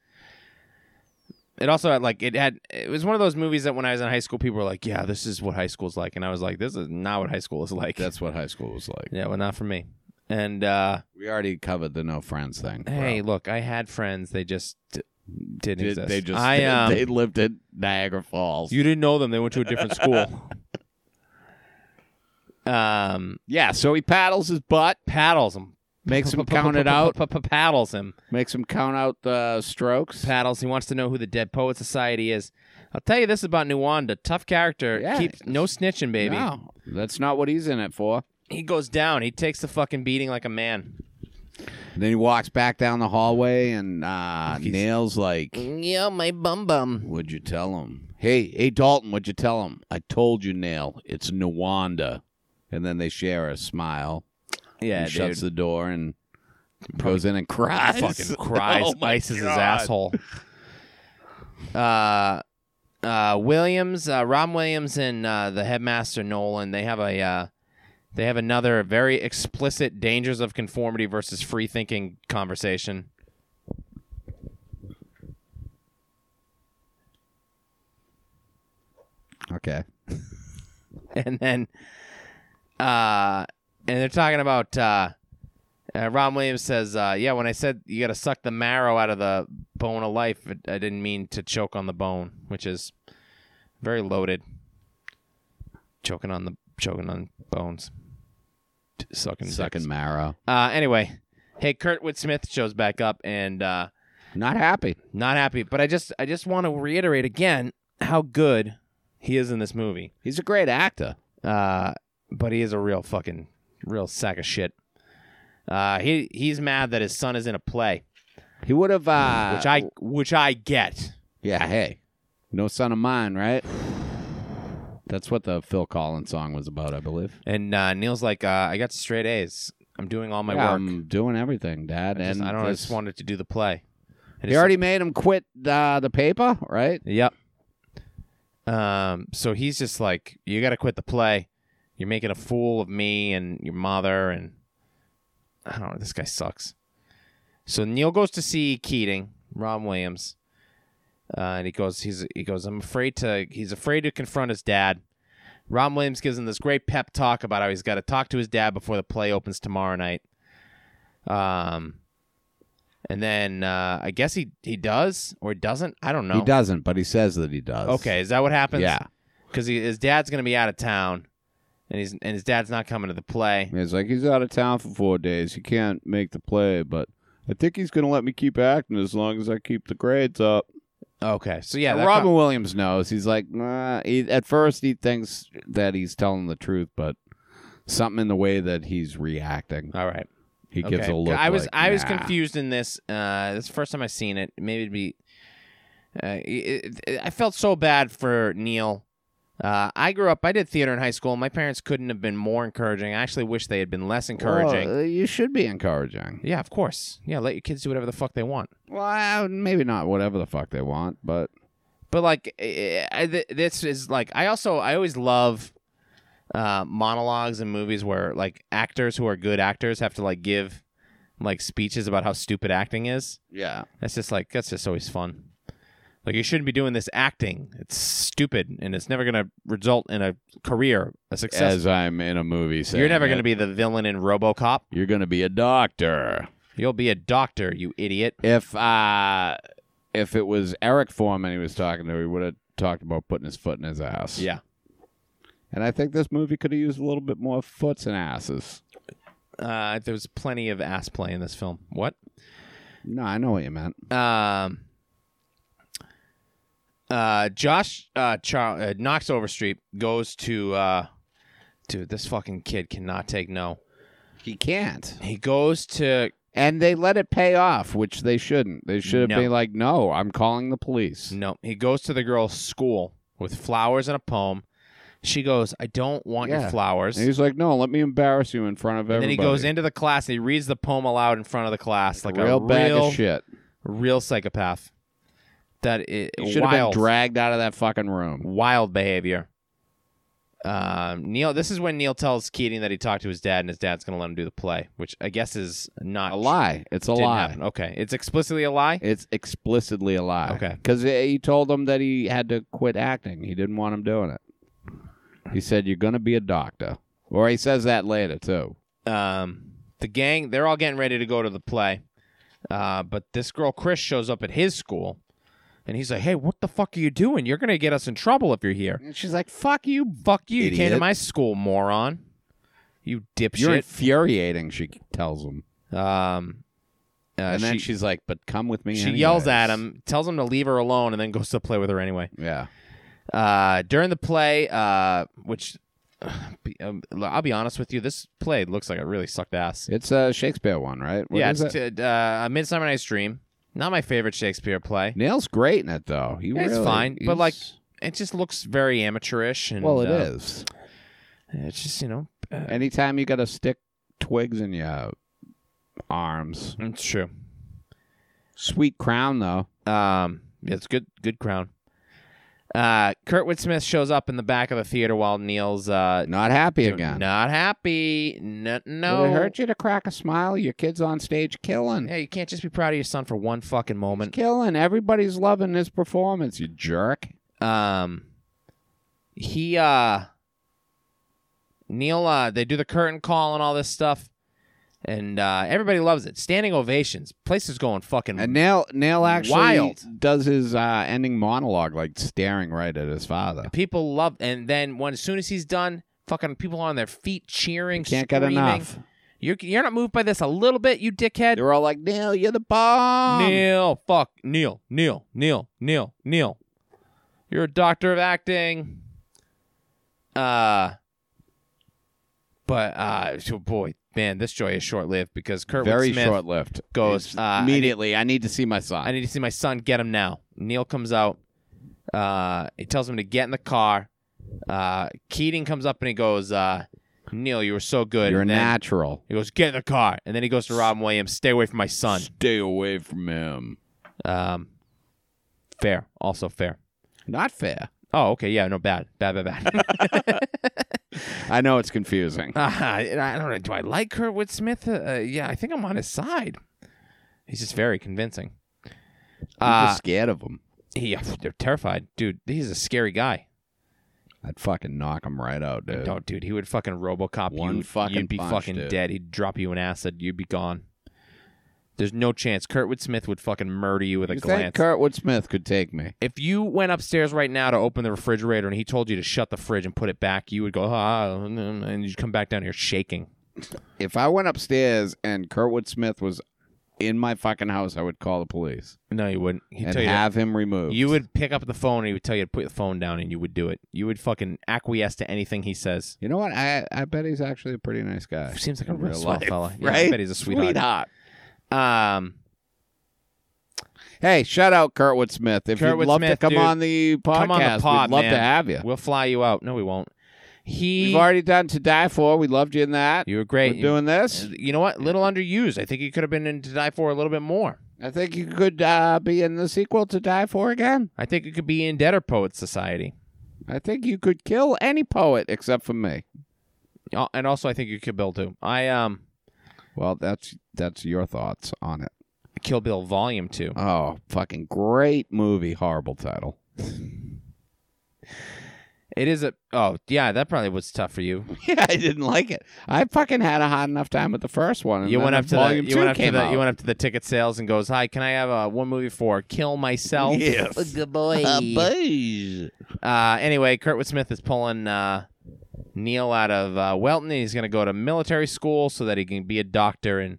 B: It also had like it had it was one of those movies that when I was in high school people were like, Yeah, this is what high school's like and I was like, This is not what high school is like.
A: That's what high school was like.
B: [LAUGHS] yeah, well not for me. And uh
A: We already covered the no friends thing. bro.
B: hey, look, I had friends, they just d- didn't
A: Did-
B: exist.
A: they just
B: I um,
A: they lived in Niagara Falls.
B: You didn't know them. They went to a
A: [LAUGHS]
B: different school. um,
A: yeah, so he paddles his butt,
B: paddles him.
A: makes [LAUGHS] him count it out,
B: Paddles him.
A: makes him count out the strokes.
B: Paddles. He wants to know who the Dead Poet Society is. I'll tell you this about Nuwanda. Tough character.
A: Yeah.
B: Keeps no snitching, baby.
A: No, that's not what he's in it for.
B: He goes down. He takes the fucking beating like a man.
A: Then he walks back down the hallway and uh,
B: He's-
A: Nail's like,
B: Yeah, my bum bum.
A: What'd you tell him? Hey, hey, Dalton, what'd you tell him? I told you, Nail, it's Nwanda. And then they share a smile.
B: Yeah,
A: he shuts
B: dude.
A: the door and goes in and cries.
B: fucking cries.
A: [LAUGHS] Oh, my
B: ices his
A: God.
B: asshole. Uh, uh, Williams, uh, Ron Williams, and uh, the headmaster Nolan. They have a uh, they have another very explicit dangers of conformity versus free thinking conversation.
A: Okay.
B: [LAUGHS] and then uh and they're talking about uh, uh Ron Williams says uh yeah when I said you got to suck the marrow out of the bone of life it, I didn't mean to choke on the bone which is very loaded choking on the choking on bones T- sucking
A: Sucking
B: dicks.
A: marrow.
B: uh anyway hey Kurtwood Smith shows back up and uh
A: Not happy.
B: not happy but I just I just want to reiterate again how good he is in this movie
A: He's a great actor.
B: uh, but he is a real fucking real sack of shit. Uh, he he's mad that his son is in a play,
A: He would have. Uh,
B: which I which I get.
A: Yeah, hey. No son of mine, right? That's what the Phil Collins song was about, I believe.
B: And uh, Neil's like, uh, I got straight A's. I'm doing all my
A: Yeah,
B: work.
A: I'm doing everything, Dad.
B: I, just,
A: and
B: I don't. know, I
A: this-
B: just wanted to do the play. I
A: He
B: just-
A: already made him quit uh, the paper, right?
B: Yep. Um. So he's just like, you got to quit the play. You're making a fool of me and your mother, and I don't know. This guy sucks. So Neil goes to see Keating, Ron Williams, uh, and he goes. He's he goes. I'm afraid to. He's afraid to confront his dad. Ron Williams gives him this great pep talk about how he's got to talk to his dad before the play opens tomorrow night. Um, and then uh, I guess he he does or doesn't. I don't know.
A: He doesn't, but he says that he does.
B: Okay, is that what happens?
A: Yeah.
B: because his dad's gonna be out of town, and he's and his dad's not coming to the play.
A: He's like, he's out of town for four days. He can't make the play, but I think he's going to let me keep acting as long as I keep the grades up.
B: Okay, so yeah,
A: And
B: that
A: Robin Williams knows. He's like, nah. He, at first, he thinks that he's telling the truth, but something in the way that he's reacting,
B: com- all right,
A: he
B: okay.
A: gives a look.
B: I was
A: like,
B: I was
A: "Nah."
B: confused in this. Uh, this is the first time I've seen it. Maybe it'd be. Uh, it, it- I felt so bad for Neil. Uh, I grew up. I did theater in high school. My parents couldn't have been more encouraging. I actually wish they had been less encouraging.
A: Well, uh, you should be encouraging.
B: yeah, of course. Yeah, let your kids do whatever the fuck they want.
A: Well, maybe not whatever the fuck they want, but
B: But like, eh, I, th- this is like I also I always love uh, monologues in movies where like actors who are good actors have to like give like speeches about how stupid acting is.
A: yeah.
B: That's just like that's just always fun. Like you shouldn't be doing this acting. It's stupid and it's never gonna result in a career, a success.
A: As I'm in a movie, saying
B: You're never
A: it.
B: gonna be the villain in RoboCop.
A: You're gonna be a doctor.
B: You'll be a doctor, you idiot.
A: If uh, if it was Eric Foreman he was talking to, he would have talked about putting his foot in his ass.
B: Yeah.
A: And I think this movie could have used a little bit more foots and asses.
B: Uh, there was plenty of ass play in this film. What?
A: No, I know what you meant.
B: Um, uh, Josh uh, Char- uh, Knox Overstreet goes to uh, dude. This fucking kid cannot take no.
A: He can't.
B: He goes to
A: And they let it pay off, which they shouldn't. They should have
B: No.
A: been like, no, I'm calling the police.
B: no. He goes to the girl's school with flowers and a poem. She goes, "I don't want
A: Yeah.
B: your flowers."
A: And he's like, no, let me embarrass you in front of
B: And then
A: everybody.
B: he goes into the class. And he reads the poem aloud in front of the class, like
A: real
B: a
A: bag
B: real,
A: of shit.
B: real psychopath. That it,
A: He should have been
B: wild,
A: dragged out of that fucking room.
B: wild behavior. Um, Neil, this is when Neil tells Keating that he talked to his dad, and his dad's going to let him do the play, which I guess is not
A: A lie. It's a
B: Didn't
A: lie.
B: happen. Okay, it's explicitly a lie.
A: It's explicitly a lie.
B: Okay.
A: Because he told him that he had to quit acting. He didn't want him doing it. He said, You're going to be a doctor. Or he says that later, too.
B: Um, the gang, they're all getting ready to go to the play, uh, but this girl Chris shows up at his school, and he's like, "Hey, what the fuck are you doing? You're going to get us in trouble if you're here."
A: And she's like, Fuck you.
B: Fuck you! You came to
A: Idiot.
B: my school, moron. You
A: You're
B: dipshit.
A: infuriating, she tells him.
B: um, uh,
A: and
B: she,
A: then she's like, But come with me.
B: she
A: anyways."
B: yells at him, tells him to leave her alone, and then goes to play with her anyway.
A: Yeah.
B: Uh, during the play, uh, which [SIGHS] be- um, I'll be honest with you, this play looks like it really sucked ass.
A: It's a Shakespeare one, right? What
B: yeah,
A: is
B: it's
A: it?
B: t- uh, a Midsummer Night's Dream. Not my favorite Shakespeare play.
A: Neil's great in it, though. He
B: Yeah, it's
A: really-
B: fine, but,
A: he's-
B: like, It just looks very amateurish, and
A: well, it
B: uh,
A: is.
B: It's just you know,
A: Anytime you got to stick twigs in your arms.
B: it's true.
A: Sweet crown, though.
B: Um, yeah, it's good, good crown. Uh, Kurtwood Smith shows up in the back of the theater while Neil's uh,
A: Not happy
B: doing-
A: again.
B: not happy. No, no.
A: Would it hurt you to crack a smile? Your kid's on stage killing.
B: Yeah, you can't just be proud of your son for one fucking
A: He's
B: moment.
A: killing. Everybody's loving his performance, you jerk.
B: Um, he uh, Neil. Uh, they do the curtain call and all this stuff, and uh, everybody loves it. Standing ovations. Place is going fucking.
A: And Nail Nail actually
B: Mm. Wild.
A: does his uh, ending monologue like staring right at his father.
B: people love. And then when as soon as he's done, fucking people on their feet cheering.
A: Can't get
B: screaming.
A: enough.
B: You're you're not moved by this a little bit, you dickhead.
A: They're all like, Nail, [LAUGHS] you're the bomb.
B: Neil, fuck Neil, Neil, Neil, Neil, Neil. You're a doctor of acting. Uh but uh so boy, man, this joy is short lived because Kurt
A: Very
B: Smith
A: short lived.
B: goes, uh, I need-
A: immediately. "Ah, I need, to see my son.
B: I need to see my son, get him now. Neil comes out. Uh he tells him to get in the car. Uh Keating comes up and he goes, uh, Neil, you were so good.
A: You're a
B: And then
A: natural.
B: He goes, get in the car. And then he goes to Robin Williams, stay away from my son.
A: Stay away from him.
B: Um, fair, also fair.
A: Not fair.
B: Oh, okay, yeah, no, bad, bad, bad,
A: [LAUGHS]
B: [LAUGHS] bad.
A: I know it's [LAUGHS] confusing.
B: uh, I don't know. Do I like Kurtwood Smith? Uh, uh, yeah, I think I'm on his side. He's just very convincing.
A: I'm
B: Uh,
A: just scared of him.
B: he, they're terrified, dude. He's a scary guy.
A: I'd fucking knock him right out, dude.
B: No, dude, he would fucking RoboCop
A: One
B: you.
A: fucking
B: you'd be
A: punch,
B: fucking
A: dude.
B: dead. He'd drop you in acid. You'd be gone. There's no chance. Kurtwood Smith would fucking murder you with a
A: you
B: glance.
A: think Kurtwood Smith could take me?
B: if you went upstairs right now to open the refrigerator and he told you to shut the fridge and put it back, you would go, ah, and you'd come back down here shaking.
A: if I went upstairs and Kurtwood Smith was in my fucking house, I would call the police
B: No, you wouldn't. He'd
A: and
B: tell you, to-
A: have him removed.
B: you would pick up the phone and he would tell you to put the phone down and you would do it. You would fucking acquiesce to anything he says.
A: You know what? I I bet he's actually a pretty nice guy.
B: Seems like a
A: In
B: real
A: real
B: swell
A: life,
B: fella. Yeah, I
A: right?
B: bet he's a sweetheart.
A: Sweetheart.
B: Um,
A: Hey, shout out Kurtwood Smith. If
B: Kurtwood
A: you'd love to
B: Smith,
A: come
B: dude.
A: on the podcast,
B: Come on the pod,
A: we'd love to
B: man.
A: have you.
B: we'll fly you out. No, we won't. He,
A: We've already done To Die For. We loved you in that.
B: you were
A: We're
B: great. Uh,
A: doing this.
B: you know what? Little underused. I think he could have been in to die for a little bit more.
A: I think you could uh, be in the sequel to Die For again.
B: I think it could be in Debtor Poets Society.
A: I think you could kill any poet except for me.
B: Uh, and also I think you Kill Bill too. I um
A: Well, that's that's your thoughts on it.
B: Kill Bill Volume Two.
A: Oh, fucking great movie. Horrible title. [LAUGHS]
B: It is a oh yeah that probably was tough for you.
A: Yeah, I didn't like it. I fucking had a hard enough time with the first one. and
B: You
A: then
B: went up to the,
A: volume
B: you
A: two
B: went up to
A: came
B: the
A: out.
B: [LAUGHS] you went up to the ticket sales and goes hi can I have uh, one movie for Kill Myself?
A: Yes.
B: Oh, good boy.
A: Uh, beige.
B: Uh, anyway, Kurtwood Smith is pulling uh, Neil out of uh, Welton. and He's going to go to military school so that he can be a doctor and.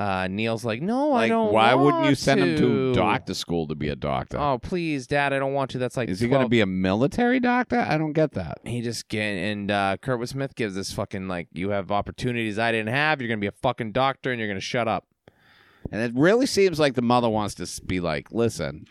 B: Uh, Neil's like, no, I
A: Like,
B: don't.
A: why wouldn't you
B: want
A: send him to
B: to
A: doctor school to be a doctor?
B: Oh, please, Dad, I don't want to. That's like
A: Is he going to
B: 12
A: be a military doctor? I don't get that.
B: He just get and uh, Kurtwood Smith gives this fucking like you have opportunities I didn't have. You're gonna be a fucking doctor and you're gonna shut up.
A: And it really seems like the mother wants to s- be like, listen,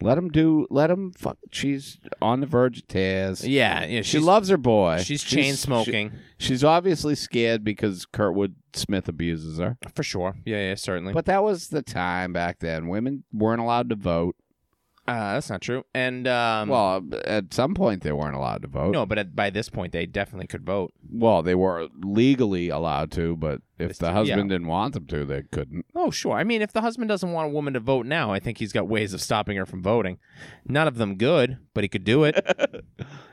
A: let him do, let him fuck. She's on the verge of tears.
B: Yeah, yeah.
A: she
B: She loves.
A: loves her boy.
B: She's chain smoking
A: she- she's obviously scared because Kurtwood Smith abuses her.
B: for sure. Yeah, yeah, certainly.
A: But that was the time back then. Women weren't allowed to vote.
B: uh, that's not true. And um,
A: well, at some point they weren't allowed to vote.
B: no, but at, by this point they definitely could vote.
A: Well, they were legally allowed to, but if
B: It's-
A: the
B: yeah.
A: husband didn't want them to, they couldn't.
B: Oh, sure. I mean, if the husband doesn't want a woman to vote now, I think he's got ways of stopping her from voting. None of them good, but he could do [LAUGHS] it.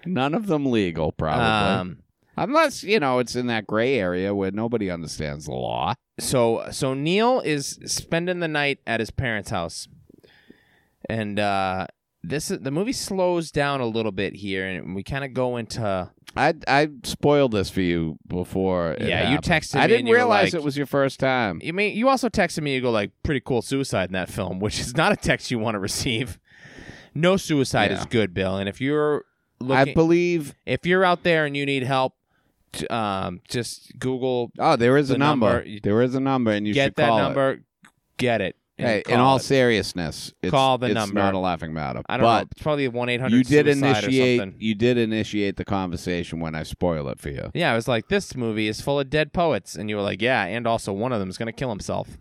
A: None of them legal, probably.
B: um,
A: Unless, you know, it's in that gray area where nobody understands the law.
B: so so Neil is spending the night at his parents' house, and uh, this is, the movie slows down a little bit here, and we kind of go into
A: I I spoiled this for you before. it
B: yeah. You
A: happened.
B: texted me.
A: I didn't
B: and you were
A: realize
B: like-
A: it was your first time.
B: You mean you also texted me? You go like pretty cool suicide in that film, [LAUGHS] which is not a text you want to receive. No suicide
A: Yeah.
B: is good, Bill. And if you're
A: I
B: looking,
A: believe.
B: if you're out there and you need help, t- um, just Google
A: Oh, there is
B: The
A: a number.
B: number, you-
A: There is a number, and you should
B: get that
A: call it.
B: number, get it. and
A: Hey, in
B: call
A: all
B: it.
A: seriousness, it's,
B: Call the
A: it's
B: number.
A: not a laughing matter.
B: I don't
A: but
B: know. It's probably one eight hundred.
A: You did
B: Or
A: initiate.
B: something.
A: You did initiate the conversation when I spoil it for you.
B: Yeah, I was like, this movie is full of dead poets, and you were like, yeah, and also one of them is gonna kill himself.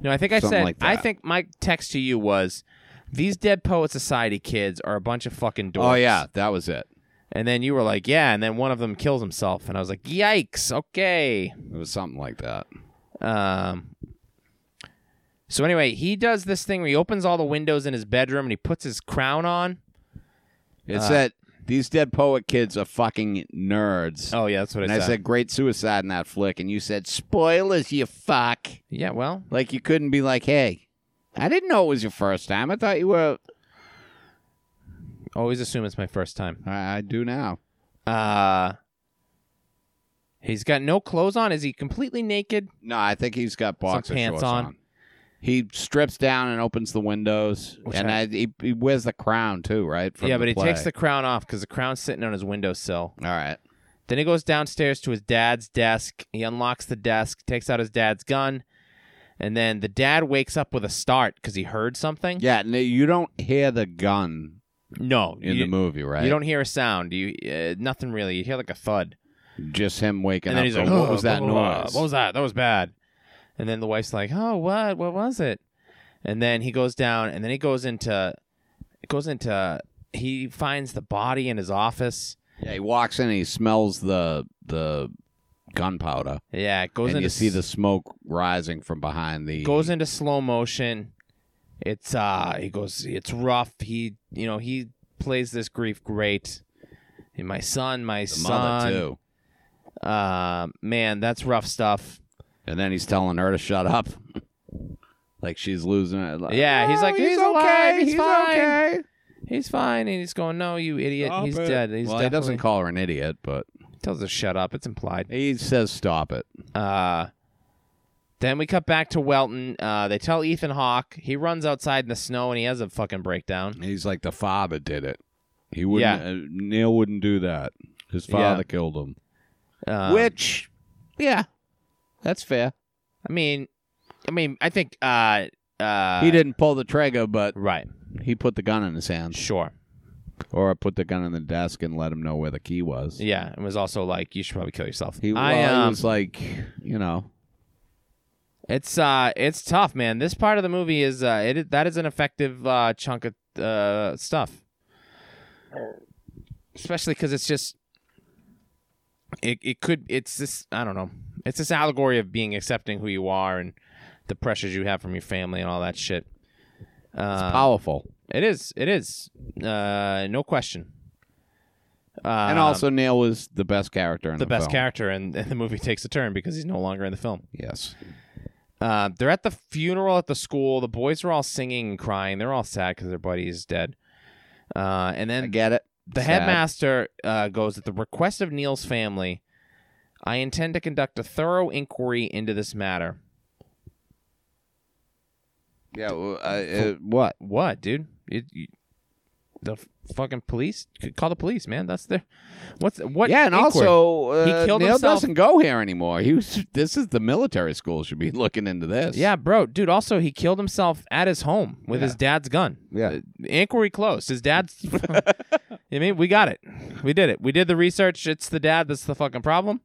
B: No, I think I
A: Something
B: said.
A: like
B: I
A: that.
B: think my text to you was, these dead poet society kids are a bunch of fucking dorks.
A: Oh yeah, that was it.
B: And then you were like, yeah, and then one of them kills himself, and I was like, yikes, okay.
A: It was something like that.
B: Um. So anyway, he does this thing where he opens all the windows in his bedroom and he puts his crown on.
A: It
B: Uh,
A: said these dead poet kids are fucking nerds.
B: Oh yeah, that's what
A: and
B: I
A: I
B: said.
A: said great suicide in that flick, and you said spoilers, you fuck.
B: yeah, well,
A: Like you couldn't be like, hey, I didn't know it was your first time. I thought you were.
B: always assume it's my first time.
A: I, I do now.
B: Uh He's got no clothes on. Is he completely naked?
A: No, I think he's got boxer
B: pants
A: shorts on.
B: on.
A: He strips down and opens the windows,
B: Which
A: and
B: I-
A: I, he, he wears the crown too, right? From
B: yeah,
A: the
B: but
A: play.
B: he takes the crown off because the crown's sitting on his windowsill.
A: All right.
B: Then he goes downstairs to his dad's desk. He unlocks the desk, takes out his dad's gun, and then the dad wakes up with a start because he heard something.
A: Yeah, no, you don't hear the gun
B: No,
A: in
B: you,
A: the movie, right?
B: you don't hear a sound. You uh, nothing really. You hear like a thud.
A: Just him waking
B: and then
A: up.
B: he's like,
A: going, "What
B: "Oh,
A: was that
B: blah, blah, blah.
A: noise?"
B: What was that? That was bad. And then the wife's like, "Oh, what? What was it?" And then he goes down, and then he goes into, it goes into. He finds the body in his office.
A: Yeah, he walks in and he smells the the gunpowder,
B: Yeah, it goes
A: and
B: into.
A: you see
B: s-
A: the smoke rising from behind the.
B: goes into slow motion. It's uh, he goes. It's rough. He, you know, he plays this grief great. And my son, my
A: the mother
B: son.
A: too,
B: Uh, man, that's rough stuff.
A: and then he's telling her to shut up, [LAUGHS] like she's losing it. Like, "Oh,
B: Yeah, he's like, "He's alive, he's fine."
A: okay."
B: He's fine, and he's going, "No, you idiot!
A: Stop
B: he's
A: it."
B: dead. He's
A: well, he
B: definitely-
A: doesn't call her an idiot, but
B: tells her to shut up. It's implied."
A: he says, "Stop it."
B: Uh, then we cut back to Welton. Uh, they tell Ethan Hawke. He runs outside in the snow and he has a fucking breakdown.
A: He's like, "The father did it. He wouldn't. Uh, Neil wouldn't do that. His father killed him."
B: Um,
A: Which, yeah, that's fair.
B: I mean, I mean, I think uh, uh,
A: he didn't pull the trigger, but
B: right.
A: he put the gun in his hand,
B: Sure.
A: or put the gun in the desk and let him know where the key was.
B: Yeah, it was also like you should probably kill yourself.
A: He,
B: I
A: well, he
B: um,
A: was like, you know,
B: it's uh, it's tough, man. This part of the movie is uh, it is- that is an effective uh chunk of uh stuff, especially because it's just it it could it's this I don't know it's this allegory of being accepting who you are and the pressures you have from your family and all that shit.
A: it's
B: Uh,
A: powerful.
B: it is it is uh no question. Uh,
A: and also, Neil was the best character in the,
B: the best
A: film.
B: character, and, and the movie takes a turn because he's no longer in the film.
A: Yes,
B: Uh, they're at the funeral at the school. The boys are all singing and crying. They're all sad because their buddy is dead. Uh, and
A: I
B: then
A: get it.
B: the
A: Sad.
B: headmaster uh, goes, at the request of Neil's family, I intend to conduct a thorough inquiry into this matter.
A: Yeah. well, I- uh, what?
B: What, dude? It, you, the f- fucking police? C- Call the police, man. That's their. What's what?
A: yeah, and
B: inquiry?
A: also uh,
B: He killed
A: Neil
B: himself.
A: doesn't go here anymore. He was. This is the military school should be [LAUGHS] looking into this.
B: Yeah, bro, dude. Also, he killed himself at his home with his dad's gun.
A: Yeah.
B: Uh, inquiry closed. His
A: [LAUGHS]
B: dad's. [LAUGHS] I mean, we got it. We did it. We did the research. It's the dad that's the fucking problem.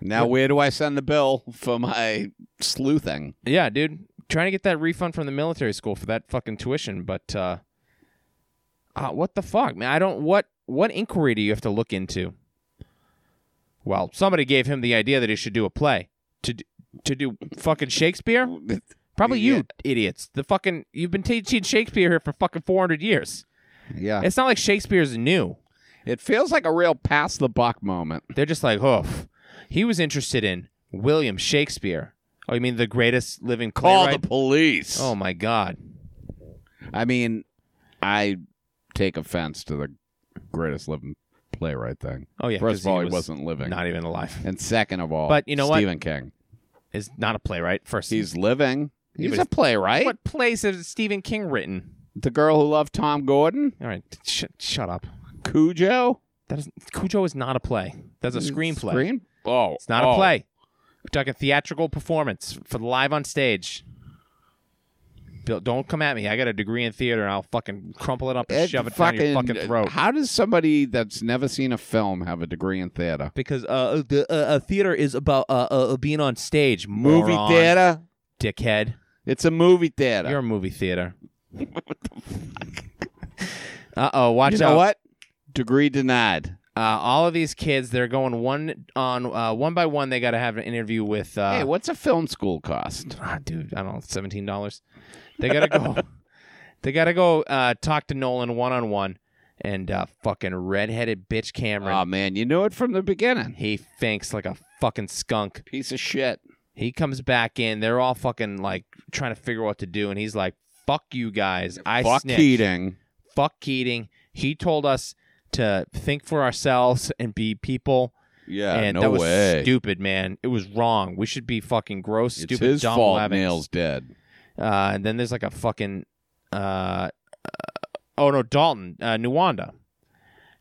A: Now where do I send the bill for my sleuthing?
B: Yeah, dude. Trying to get that refund from the military school for that fucking tuition, but uh, uh what the fuck, man? I don't what what inquiry do you have to look into? Well, somebody gave him the idea that he should do a play to d- to do
A: [LAUGHS]
B: fucking Shakespeare. Probably you
A: Yeah.
B: idiots. The fucking you've been teaching Shakespeare here for fucking four hundred years.
A: Yeah.
B: It's not like Shakespeare's new.
A: It feels like a real pass the buck moment.
B: They're just like, oh, pff, he was interested in William Shakespeare. Oh, you mean the greatest living
A: Call
B: playwright?
A: the police.
B: oh my god.
A: I mean, I take offense to the greatest living playwright thing.
B: Oh yeah.
A: First
B: 'cause
A: of all, he,
B: was-
A: wasn't living.
B: Not even alive.
A: and second of all,
B: But you know what?
A: Stephen King.
B: Is not a playwright. First,
A: He's living.
B: Yeah,
A: He's
B: but
A: a playwright.
B: what plays has Stephen King written?
A: The girl who loved Tom Gordon,
B: All right, sh- shut up.
A: Cujo.
B: That is Cujo is not a play. That's a
A: Mm,
B: screenplay.
A: Screen? Oh,
B: It's not
A: oh.
B: a play. We're talking theatrical performance for the live on stage. Bill, don't come at me. I got a degree in theater, and I'll fucking crumple it up and
A: It
B: shove it
A: fucking,
B: down your fucking throat.
A: How does somebody that's never seen a film have a degree in theater?
B: Because uh, the uh, uh, theater is about uh, uh, uh, being on stage.
A: Movie
B: moron,
A: theater.
B: dickhead.
A: It's a movie theater.
B: You're a
A: [LAUGHS]
B: movie theater. Uh oh, watch
A: you know
B: out!
A: what? Degree denied.
B: Uh, all of these kids, they're going one on uh, one by one. They got to have an interview with. Uh,
A: hey, what's a film school cost?
B: ah, dude, I don't know, seventeen dollars. They gotta
A: [LAUGHS]
B: go. they gotta go uh, talk to Nolan one on one, and uh, fucking redheaded bitch Cameron.
A: Oh man, you knew it from the beginning.
B: he finks like a fucking skunk.
A: Piece of shit.
B: He comes back in. They're all fucking like trying to figure out what to do, and he's like, "Fuck you guys! I
A: Fuck
B: snitched.
A: Keating.
B: Fuck Keating. He told us to think for ourselves and be people."
A: Yeah,
B: and
A: no
B: that was
A: way.
B: stupid, man. It was wrong. We should be fucking gross,
A: It's
B: stupid,
A: his
B: dumb
A: fault.
B: wabbies.
A: Nail's dead.
B: Uh, and then there's like a fucking, uh, uh oh no, Dalton, uh, Nuwanda,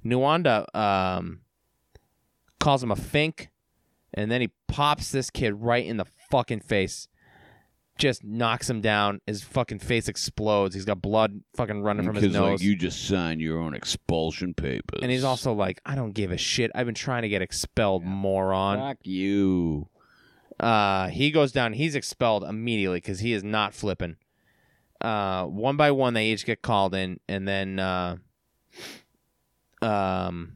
B: Nuwanda, um, calls him a fink, and then he pops this kid right in the fucking face. Just knocks him down. His fucking face explodes. He's got blood fucking running from his
A: Because
B: nose.
A: like you just signed your own expulsion papers.
B: and he's also like, I don't give a shit. I've been trying to get expelled, moron.
A: fuck you.
B: Uh, he goes down. He's expelled immediately because he is not flipping. Uh, one by one, they each get called in, and then, uh, um,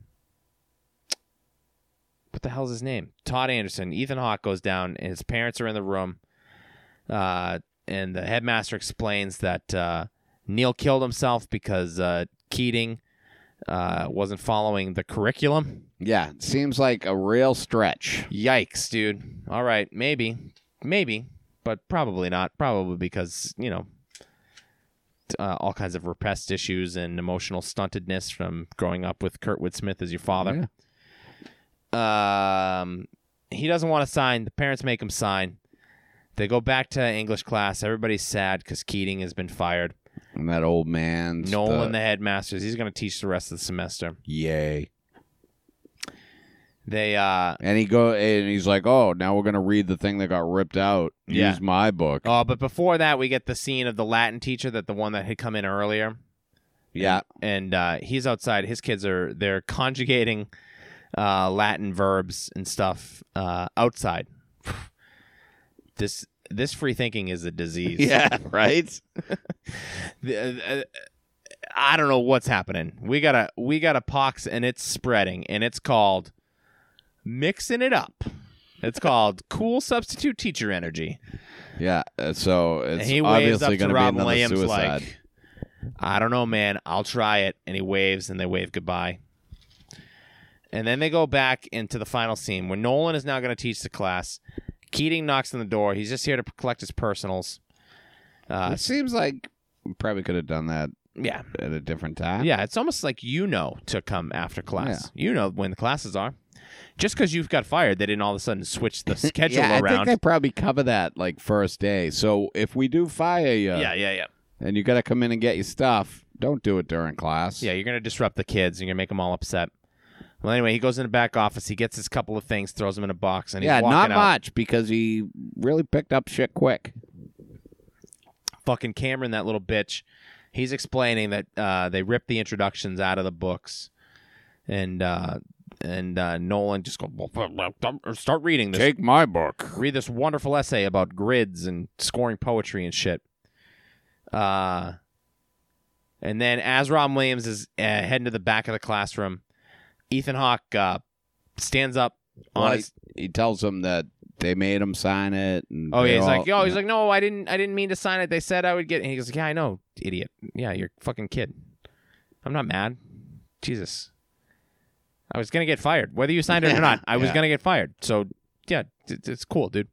B: what the hell's his name? Todd Anderson. Ethan Hawke goes down, and his parents are in the room. Uh, and the headmaster explains that uh, Neil killed himself because uh, Keating uh, wasn't following the curriculum.
A: Yeah, it seems like a real stretch.
B: Yikes, dude. All right, maybe, maybe, but probably not. Probably because you know, t- uh, all kinds of repressed issues and emotional stuntedness from growing up with Kurtwood Smith as your father. Um, he doesn't want to sign. The parents make him sign. They go back to English class. Everybody's sad because Keating has been fired.
A: And that old man's
B: Nolan,
A: the-
B: the headmaster, he's going to teach the rest of the semester.
A: yay.
B: They uh,
A: And he go and he's like, "Oh, now we're gonna read the thing that got ripped out.
B: Yeah.
A: Use my book."
B: Oh, but before that, we get the scene of the Latin teacher that the one that had come in earlier,
A: yeah,
B: and uh, he's outside. His kids are they're conjugating uh, Latin verbs and stuff uh, outside. This this free thinking is a disease.
A: yeah, right.
B: [LAUGHS] The- uh, I don't know what's happening. We got a we got a pox and it's spreading and it's called mixing it up. It's called cool substitute teacher energy.
A: Yeah, uh, so it's
B: and he waves
A: obviously going
B: up to
A: to be
B: Robin
A: another
B: Williams
A: suicide.
B: like, I don't know, man. I'll try it. And he waves, and they wave goodbye. And then they go back into the final scene where Nolan is now going to teach the class. Keating knocks on the door. He's just here to collect his personals. Uh,
A: it seems like we probably could have done that
B: Yeah.
A: at a different time.
B: Yeah, it's almost like you know to come after class. You know when the classes are. Just because you've got fired, they didn't all of a sudden
A: [LAUGHS]
B: switch the schedule
A: yeah, I think
B: around.
A: they probably cover that like first day. So if we do fire you,
B: yeah, yeah, yeah.
A: and you got to come in and get your stuff, don't do it during class.
B: Yeah, you're going to disrupt the kids. You're going to make them all upset. Well, anyway, he goes in the back office. He gets his couple of things, throws them in a box, and he's
A: yeah,
B: walking
A: not
B: out.
A: much because he really picked up shit quick.
B: Fucking Cameron, that little bitch. He's explaining that uh, they ripped the introductions out of the books, and uh, and uh, Nolan just goes, start reading this
A: Take my book.
B: read this wonderful essay about grids and scoring poetry and shit. Uh, and then as Ron Williams is uh, heading to the back of the classroom, Ethan Hawke uh, stands up.
A: Well,
B: on
A: he-
B: his-
A: he tells them that they made him sign it. And
B: oh yeah,
A: they're
B: he's like,
A: all-
B: yo, he's like, no, I didn't, I didn't mean to sign it. They said I would get. And he goes, yeah, I know, idiot. Yeah, you're a fucking kid. I'm not mad. Jesus, I was gonna get fired, whether you
A: [LAUGHS]
B: signed it or not. I was
A: Yeah.
B: gonna get fired. So yeah, it's, it's cool, dude.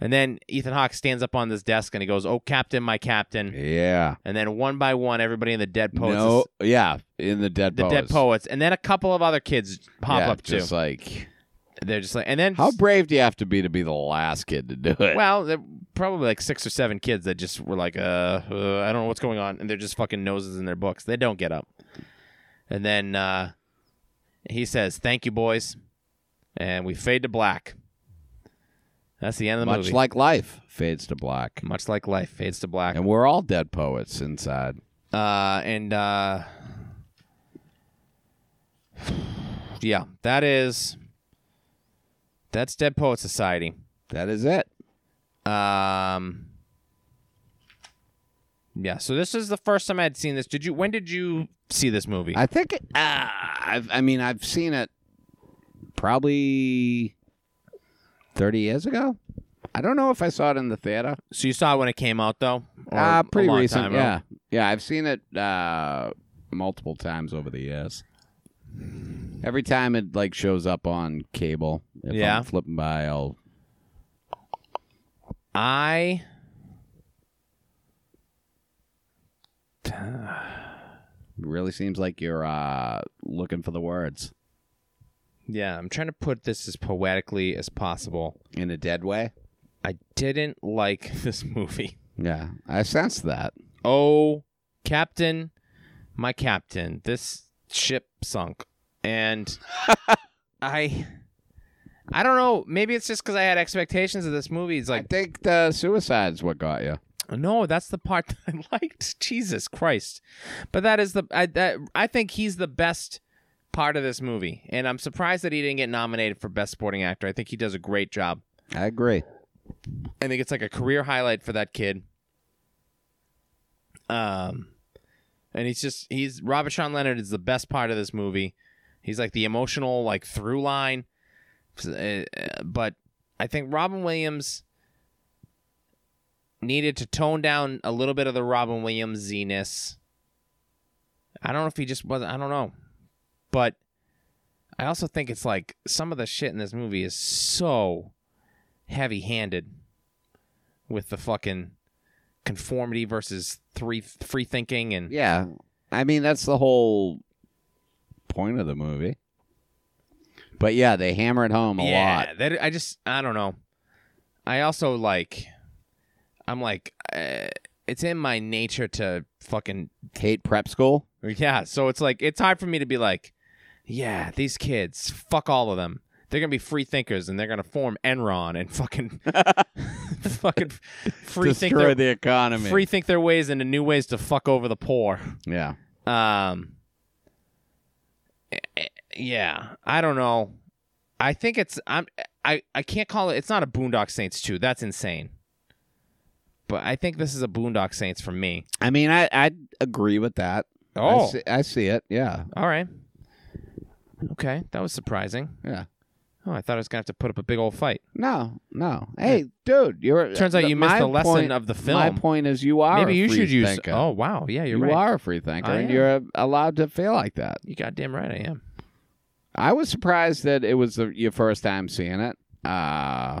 B: And then Ethan Hawke stands up on this desk and he goes, "Oh, captain, my captain."
A: [LAUGHS] yeah,
B: And then one by one, everybody in the dead poets,
A: no, yeah, in the dead
B: the
A: poets.
B: dead poets, and then a couple of other kids pop
A: Yeah,
B: up too.
A: just like
B: They're just like, and then
A: how brave do you have to be to be the last kid to do it?
B: Well, there were probably like six or seven kids that just were like, uh, uh, I don't know what's going on, and they're just fucking noses in their books. They don't get up. And then uh, he says, "Thank you, boys," and we fade to black. That's the end of the
A: Much
B: movie.
A: like life fades to black,
B: Much like life fades to black.
A: and we're all dead poets inside.
B: Uh, and uh, [SIGHS] yeah, that is that's Dead Poet Society.
A: That is it.
B: Um. Yeah, so this is the first time I had seen this. Did you? When did you see this movie?
A: I think. It, uh, I've, I mean, I've seen it probably thirty years ago. I don't know if I saw it in the theater.
B: so you saw it when it came out, though. Or
A: Uh,
B: a
A: pretty
B: long
A: recent,
B: time ago?
A: yeah, yeah. I've seen it uh, multiple times over the years. Every time it like shows up on cable, if
B: Yeah.
A: I'm flipping by, I'll
B: I.
A: really seems like you're uh, looking for the words
B: Yeah, I'm trying to put this as poetically as possible.
A: in a dead way.
B: I didn't like [LAUGHS] this movie.
A: Yeah, I sense that.
B: Oh, Captain, my Captain, this ship sunk,
A: [LAUGHS]
B: and I. I don't know. Maybe it's just because I had expectations of this movie. It's like,
A: I think the suicide's what got you.
B: No, that's the part [LAUGHS] that I liked. Jesus Christ! But that is the I that, I think he's the best part of this movie, and I'm surprised that he didn't get nominated for best supporting actor. I think he does a great job.
A: I agree.
B: I think it's like a career highlight for that kid. Um, and he's just he's Robert Sean Leonard is the best part of this movie. He's like the emotional like through line, Uh, but I think Robin Williams needed to tone down a little bit of the Robin Williams ziness. I don't know if he just wasn't. I don't know, but I also think it's like some of the shit in this movie is so heavy handed with the fucking conformity versus three free thinking and
A: Yeah, I mean that's the whole point of the movie. But yeah, they hammer it home a lot.
B: That I just I don't know. I also like I'm like uh, it's in my nature to fucking
A: Hate prep school.
B: yeah, so it's like it's hard for me to be like yeah, these kids, fuck all of them. They're going to be free thinkers and they're going to form Enron and
A: [LAUGHS]
B: fucking fucking free think
A: Destroy
B: their,
A: the economy.
B: free think their ways into new ways to fuck over the poor.
A: Yeah.
B: Um, eh, eh, yeah, I don't know. I think it's I'm I I can't call it. It's not a Boondock Saints two. That's insane. But I think this is a Boondock Saints for me.
A: I mean, I I agree with that. I
B: Oh.
A: see, I see it. Yeah,
B: all right. Okay, that was surprising.
A: yeah.
B: Oh, I thought I was gonna have to put up a big old fight.
A: No, no. Hey, dude, you're.
B: Turns out
A: th-
B: you missed
A: my
B: the lesson
A: point-
B: of the
A: My
B: film.
A: point is, you are.
B: Maybe
A: a
B: you
A: free
B: should use.
A: Thinker.
B: Oh wow, yeah, you're
A: you
B: right.
A: are a free thinker,
B: I
A: and
B: am.
A: you're allowed to feel like that.
B: You goddamn right, I am.
A: I was surprised that it was the, your first time seeing it. Uh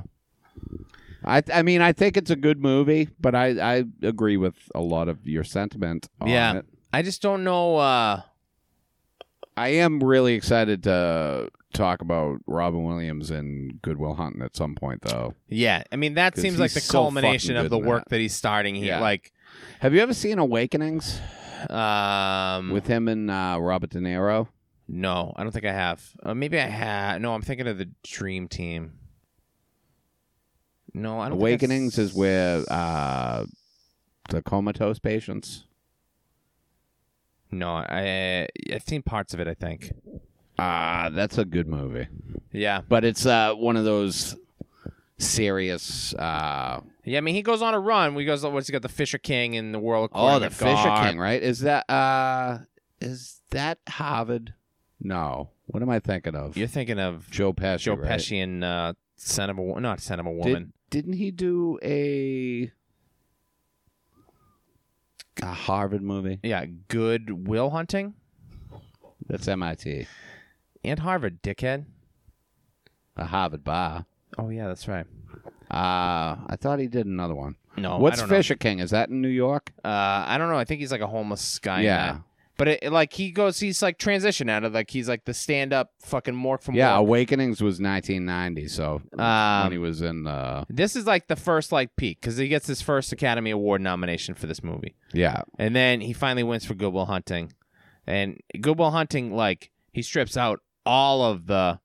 A: I I mean, I think it's a good movie, but I I agree with a lot of your sentiment. On
B: Yeah.
A: it.
B: I just don't know. Uh,
A: I am really excited to talk about Robin Williams and Goodwill Hunting at some point, though.
B: yeah, I mean that
A: 'Cause
B: seems like
A: he's
B: the
A: so
B: culmination
A: fucking
B: of
A: good
B: the
A: in
B: work
A: that.
B: that. he's starting here.
A: Yeah.
B: Like,
A: Have you ever seen Awakenings
B: um,
A: with him and uh, Robert De Niro?
B: no, I don't think I have. Uh, maybe I have. No, I'm thinking of the Dream Team. No, I don't.
A: Awakenings
B: think
A: is where uh, the comatose patients.
B: No, I I've seen parts of it. I think.
A: Ah, that's a good movie,
B: Yeah,
A: but it's uh, one of those serious. Uh,
B: yeah. I mean, he goes on a run. We goes. What's he got? The Fisher King and the World.
A: oh,
B: According
A: the
B: to
A: Fisher
B: God.
A: King, right? Is that uh, is that Harvard? No, what am I thinking of?
B: You're thinking of
A: Joe Pesci.
B: Joe
A: right?
B: Pesci and uh, Son of a Wo- not Son of a Woman.
A: Didn't he do a a Harvard movie?
B: yeah, Good Will Hunting
A: That's MIT.
B: and Harvard, dickhead.
A: A Harvard bar.
B: Oh yeah, that's right.
A: Uh, I thought he did another one.
B: No,
A: What's
B: I don't know.
A: Fisher King? Is that in New York?
B: Uh, I don't know. I think he's like a homeless guy. in
A: Yeah.
B: that. but it, it, like he goes, he's like transition out of like he's like the stand up fucking Mork from
A: Yeah,
B: Mork.
A: Awakenings was 1990, so
B: Um,
A: when he was in. Uh,
B: This is like the first like peak because he gets his first Academy Award nomination for this movie.
A: yeah,
B: And then he finally wins for Goodwill Hunting. And Goodwill Hunting, like, he strips out all of the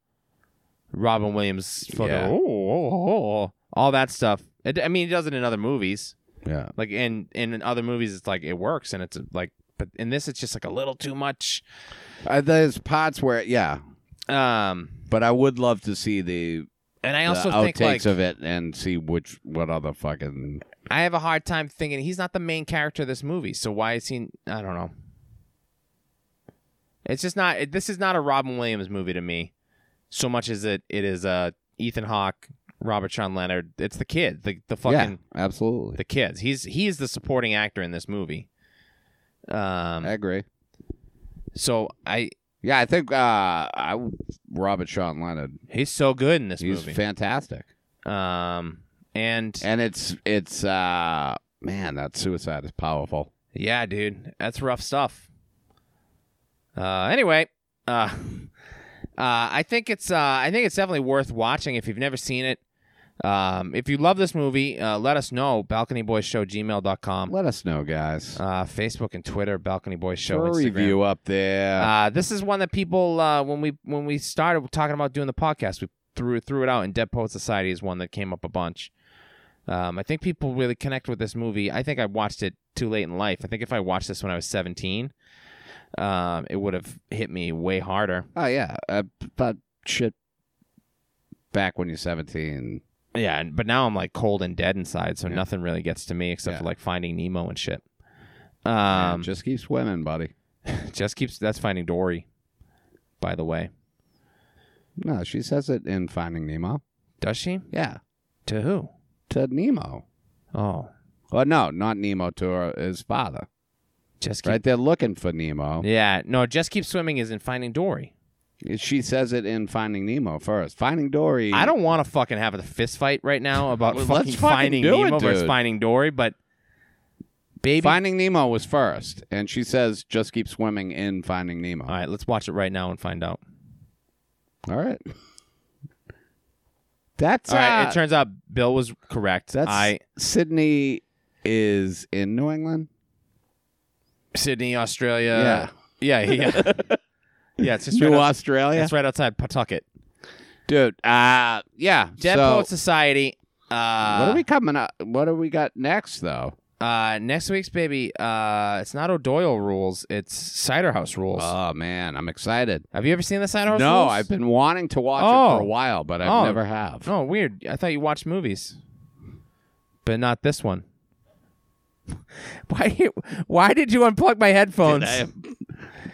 B: Robin Williams fucking,
A: Yeah.
B: "Oh, oh, oh," all that stuff. It, I mean, he does it in other movies.
A: yeah,
B: Like, and, and in other movies, it's like, it works. And it's like, but in this, it's just like a little too much.
A: uh, there's parts where yeah,
B: Um,
A: but I would love to see the,
B: and I
A: the
B: also
A: outtakes
B: think, like,
A: of it and see which what other fucking
B: I have a hard time thinking he's not the main character of this movie. So why is he? I don't know. It's just not. It, this is not a Robin Williams movie to me, so much as it it is uh, Ethan Hawke, Robert Sean Leonard. It's the kid, the the fucking
A: yeah, absolutely.
B: the kids. He's he's the supporting actor in this movie. Um.
A: I agree.
B: So I
A: Yeah, I think uh, I Robert Sean Leonard.
B: he's so good in this
A: He's
B: movie.
A: fantastic,
B: um. And
A: and it's it's uh, man, that suicide is powerful.
B: Yeah, dude, that's rough stuff. Uh, anyway, uh, [LAUGHS] uh, I think it's uh, I think it's definitely worth watching if you've never seen it. Um, if you love this movie, uh, let us know. BalconyBoysShowGmail.com,
A: Let us know, guys.
B: uh, Facebook and Twitter, Balcony Boys Show.
A: Throw a
B: Instagram.
A: review up there.
B: Uh, this is one that people uh, when we when we started talking about doing the podcast, we threw threw it out, and Dead Poet Society is one that came up a bunch. Um, I think people really connect with this movie. I think I watched it too late in life. I think if I watched this when I was seventeen, um, it would have hit me way harder.
A: oh yeah, uh, that shit. Back when you're 17,
B: Yeah, and, but now I'm like cold and dead inside, so
A: Yeah.
B: nothing really gets to me except
A: Yeah.
B: for like Finding Nemo and shit.
A: Man,
B: Um,
A: just keep swimming, buddy.
B: just keeps that's Finding Dory, by the way.
A: No, she says it in Finding Nemo.
B: Does she?
A: Yeah,
B: To who?
A: to Nemo.
B: Oh,
A: Oh no, not Nemo to her, his father.
B: just keep
A: Right, they're looking for Nemo.
B: Yeah, no, just keep swimming is in Finding Dory.
A: She says it in Finding Nemo first. Finding Dory.
B: I don't want to fucking have a fist fight
A: [LAUGHS]
B: right now about
A: Well,
B: fucking
A: let's fucking
B: Finding
A: do it,
B: Nemo versus
A: dude.
B: Finding Dory, but baby,
A: Finding Nemo was first, and she says, "Just keep swimming in Finding Nemo."
B: all right, let's watch it right now and find out.
A: All right. That's
B: All right,
A: uh,
B: it turns out Bill was correct.
A: that's
B: I
A: Sydney is in New England.
B: Sydney, Australia. Yeah, yeah, yeah.
A: [LAUGHS]
B: yeah it's just
A: New
B: right out-
A: Australia,
B: it's right outside Pawtucket.
A: dude. Uh, yeah.
B: Dead
A: so,
B: Poet Society. Uh,
A: what are we coming up? What do we got next, though?
B: uh, next week's baby? Uh, it's not O'Doyle rules. It's Cider House rules.
A: Oh man, I'm excited.
B: Have you ever seen the Cider House
A: No,
B: rules?
A: I've been wanting to watch it for a
B: Oh.
A: while, but I
B: Oh.
A: have never have.
B: Oh, weird. I thought you watched movies, but not this one. [LAUGHS] why? Why did you unplug my headphones?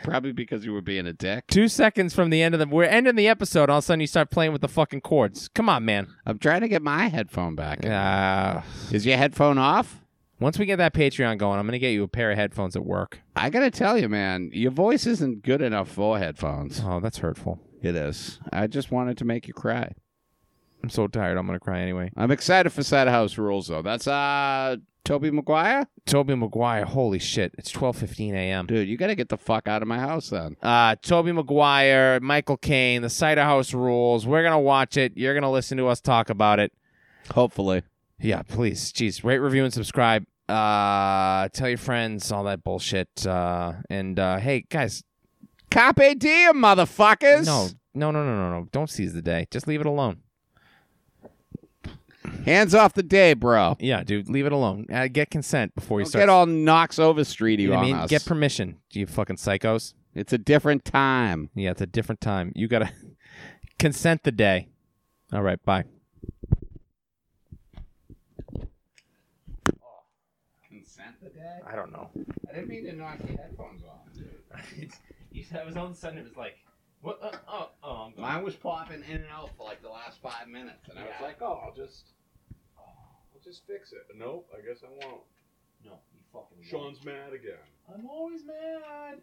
A: Probably because you were being a dick.
B: Two seconds from the end of the, we're ending the episode. All of a sudden, you start playing with the fucking cords. Come on, man.
A: I'm trying to get my headphone back.
B: Uh,
A: Is your headphone off?
B: once we get that Patreon going, I'm gonna get you a pair of headphones at work.
A: I gotta tell you, man, your voice isn't good enough for headphones.
B: Oh, that's hurtful.
A: It is. I just wanted to make you cry.
B: I'm so tired. I'm gonna cry anyway.
A: I'm excited for Side House Rules, though. That's uh Toby Maguire?
B: Toby Maguire, holy shit. It's 12:15 a.m.
A: Dude, you got to get the fuck out of my house then.
B: Uh, Toby Maguire, Michael Caine, The Cider House Rules. We're going to watch it. You're going to listen to us talk about it.
A: Hopefully.
B: Yeah, please. Jeez, rate, review, and subscribe. Uh, tell your friends, all that bullshit. Uh, and uh, hey, guys,
A: Carpe diem, motherfuckers.
B: no, no, no, no, no, no. Don't seize the day. Just leave it alone.
A: Hands off the day, bro.
B: Yeah, dude, leave it alone. Uh, get consent before you
A: Don't
B: start.
A: get all Knox Overstreety
B: you know what
A: on
B: I mean,
A: us.
B: get permission. You fucking psychos.
A: it's a different time.
B: Yeah, it's a different time. You gotta [LAUGHS] consent the day. All right, bye.
A: Consent the day?
B: I
A: [LAUGHS]
B: don't know.
A: I didn't mean to knock your headphones off.
B: I was on the sudden. It was like, what? Uh, oh, oh, I'm
A: Mine was popping in and out for like the last five minutes, and I was
B: Yeah.
A: like, "Oh, I'll just."
C: I'll just fix it. Nope, I guess I won't.
B: No, you fucking.
C: Sean's mad again.
B: I'm always mad.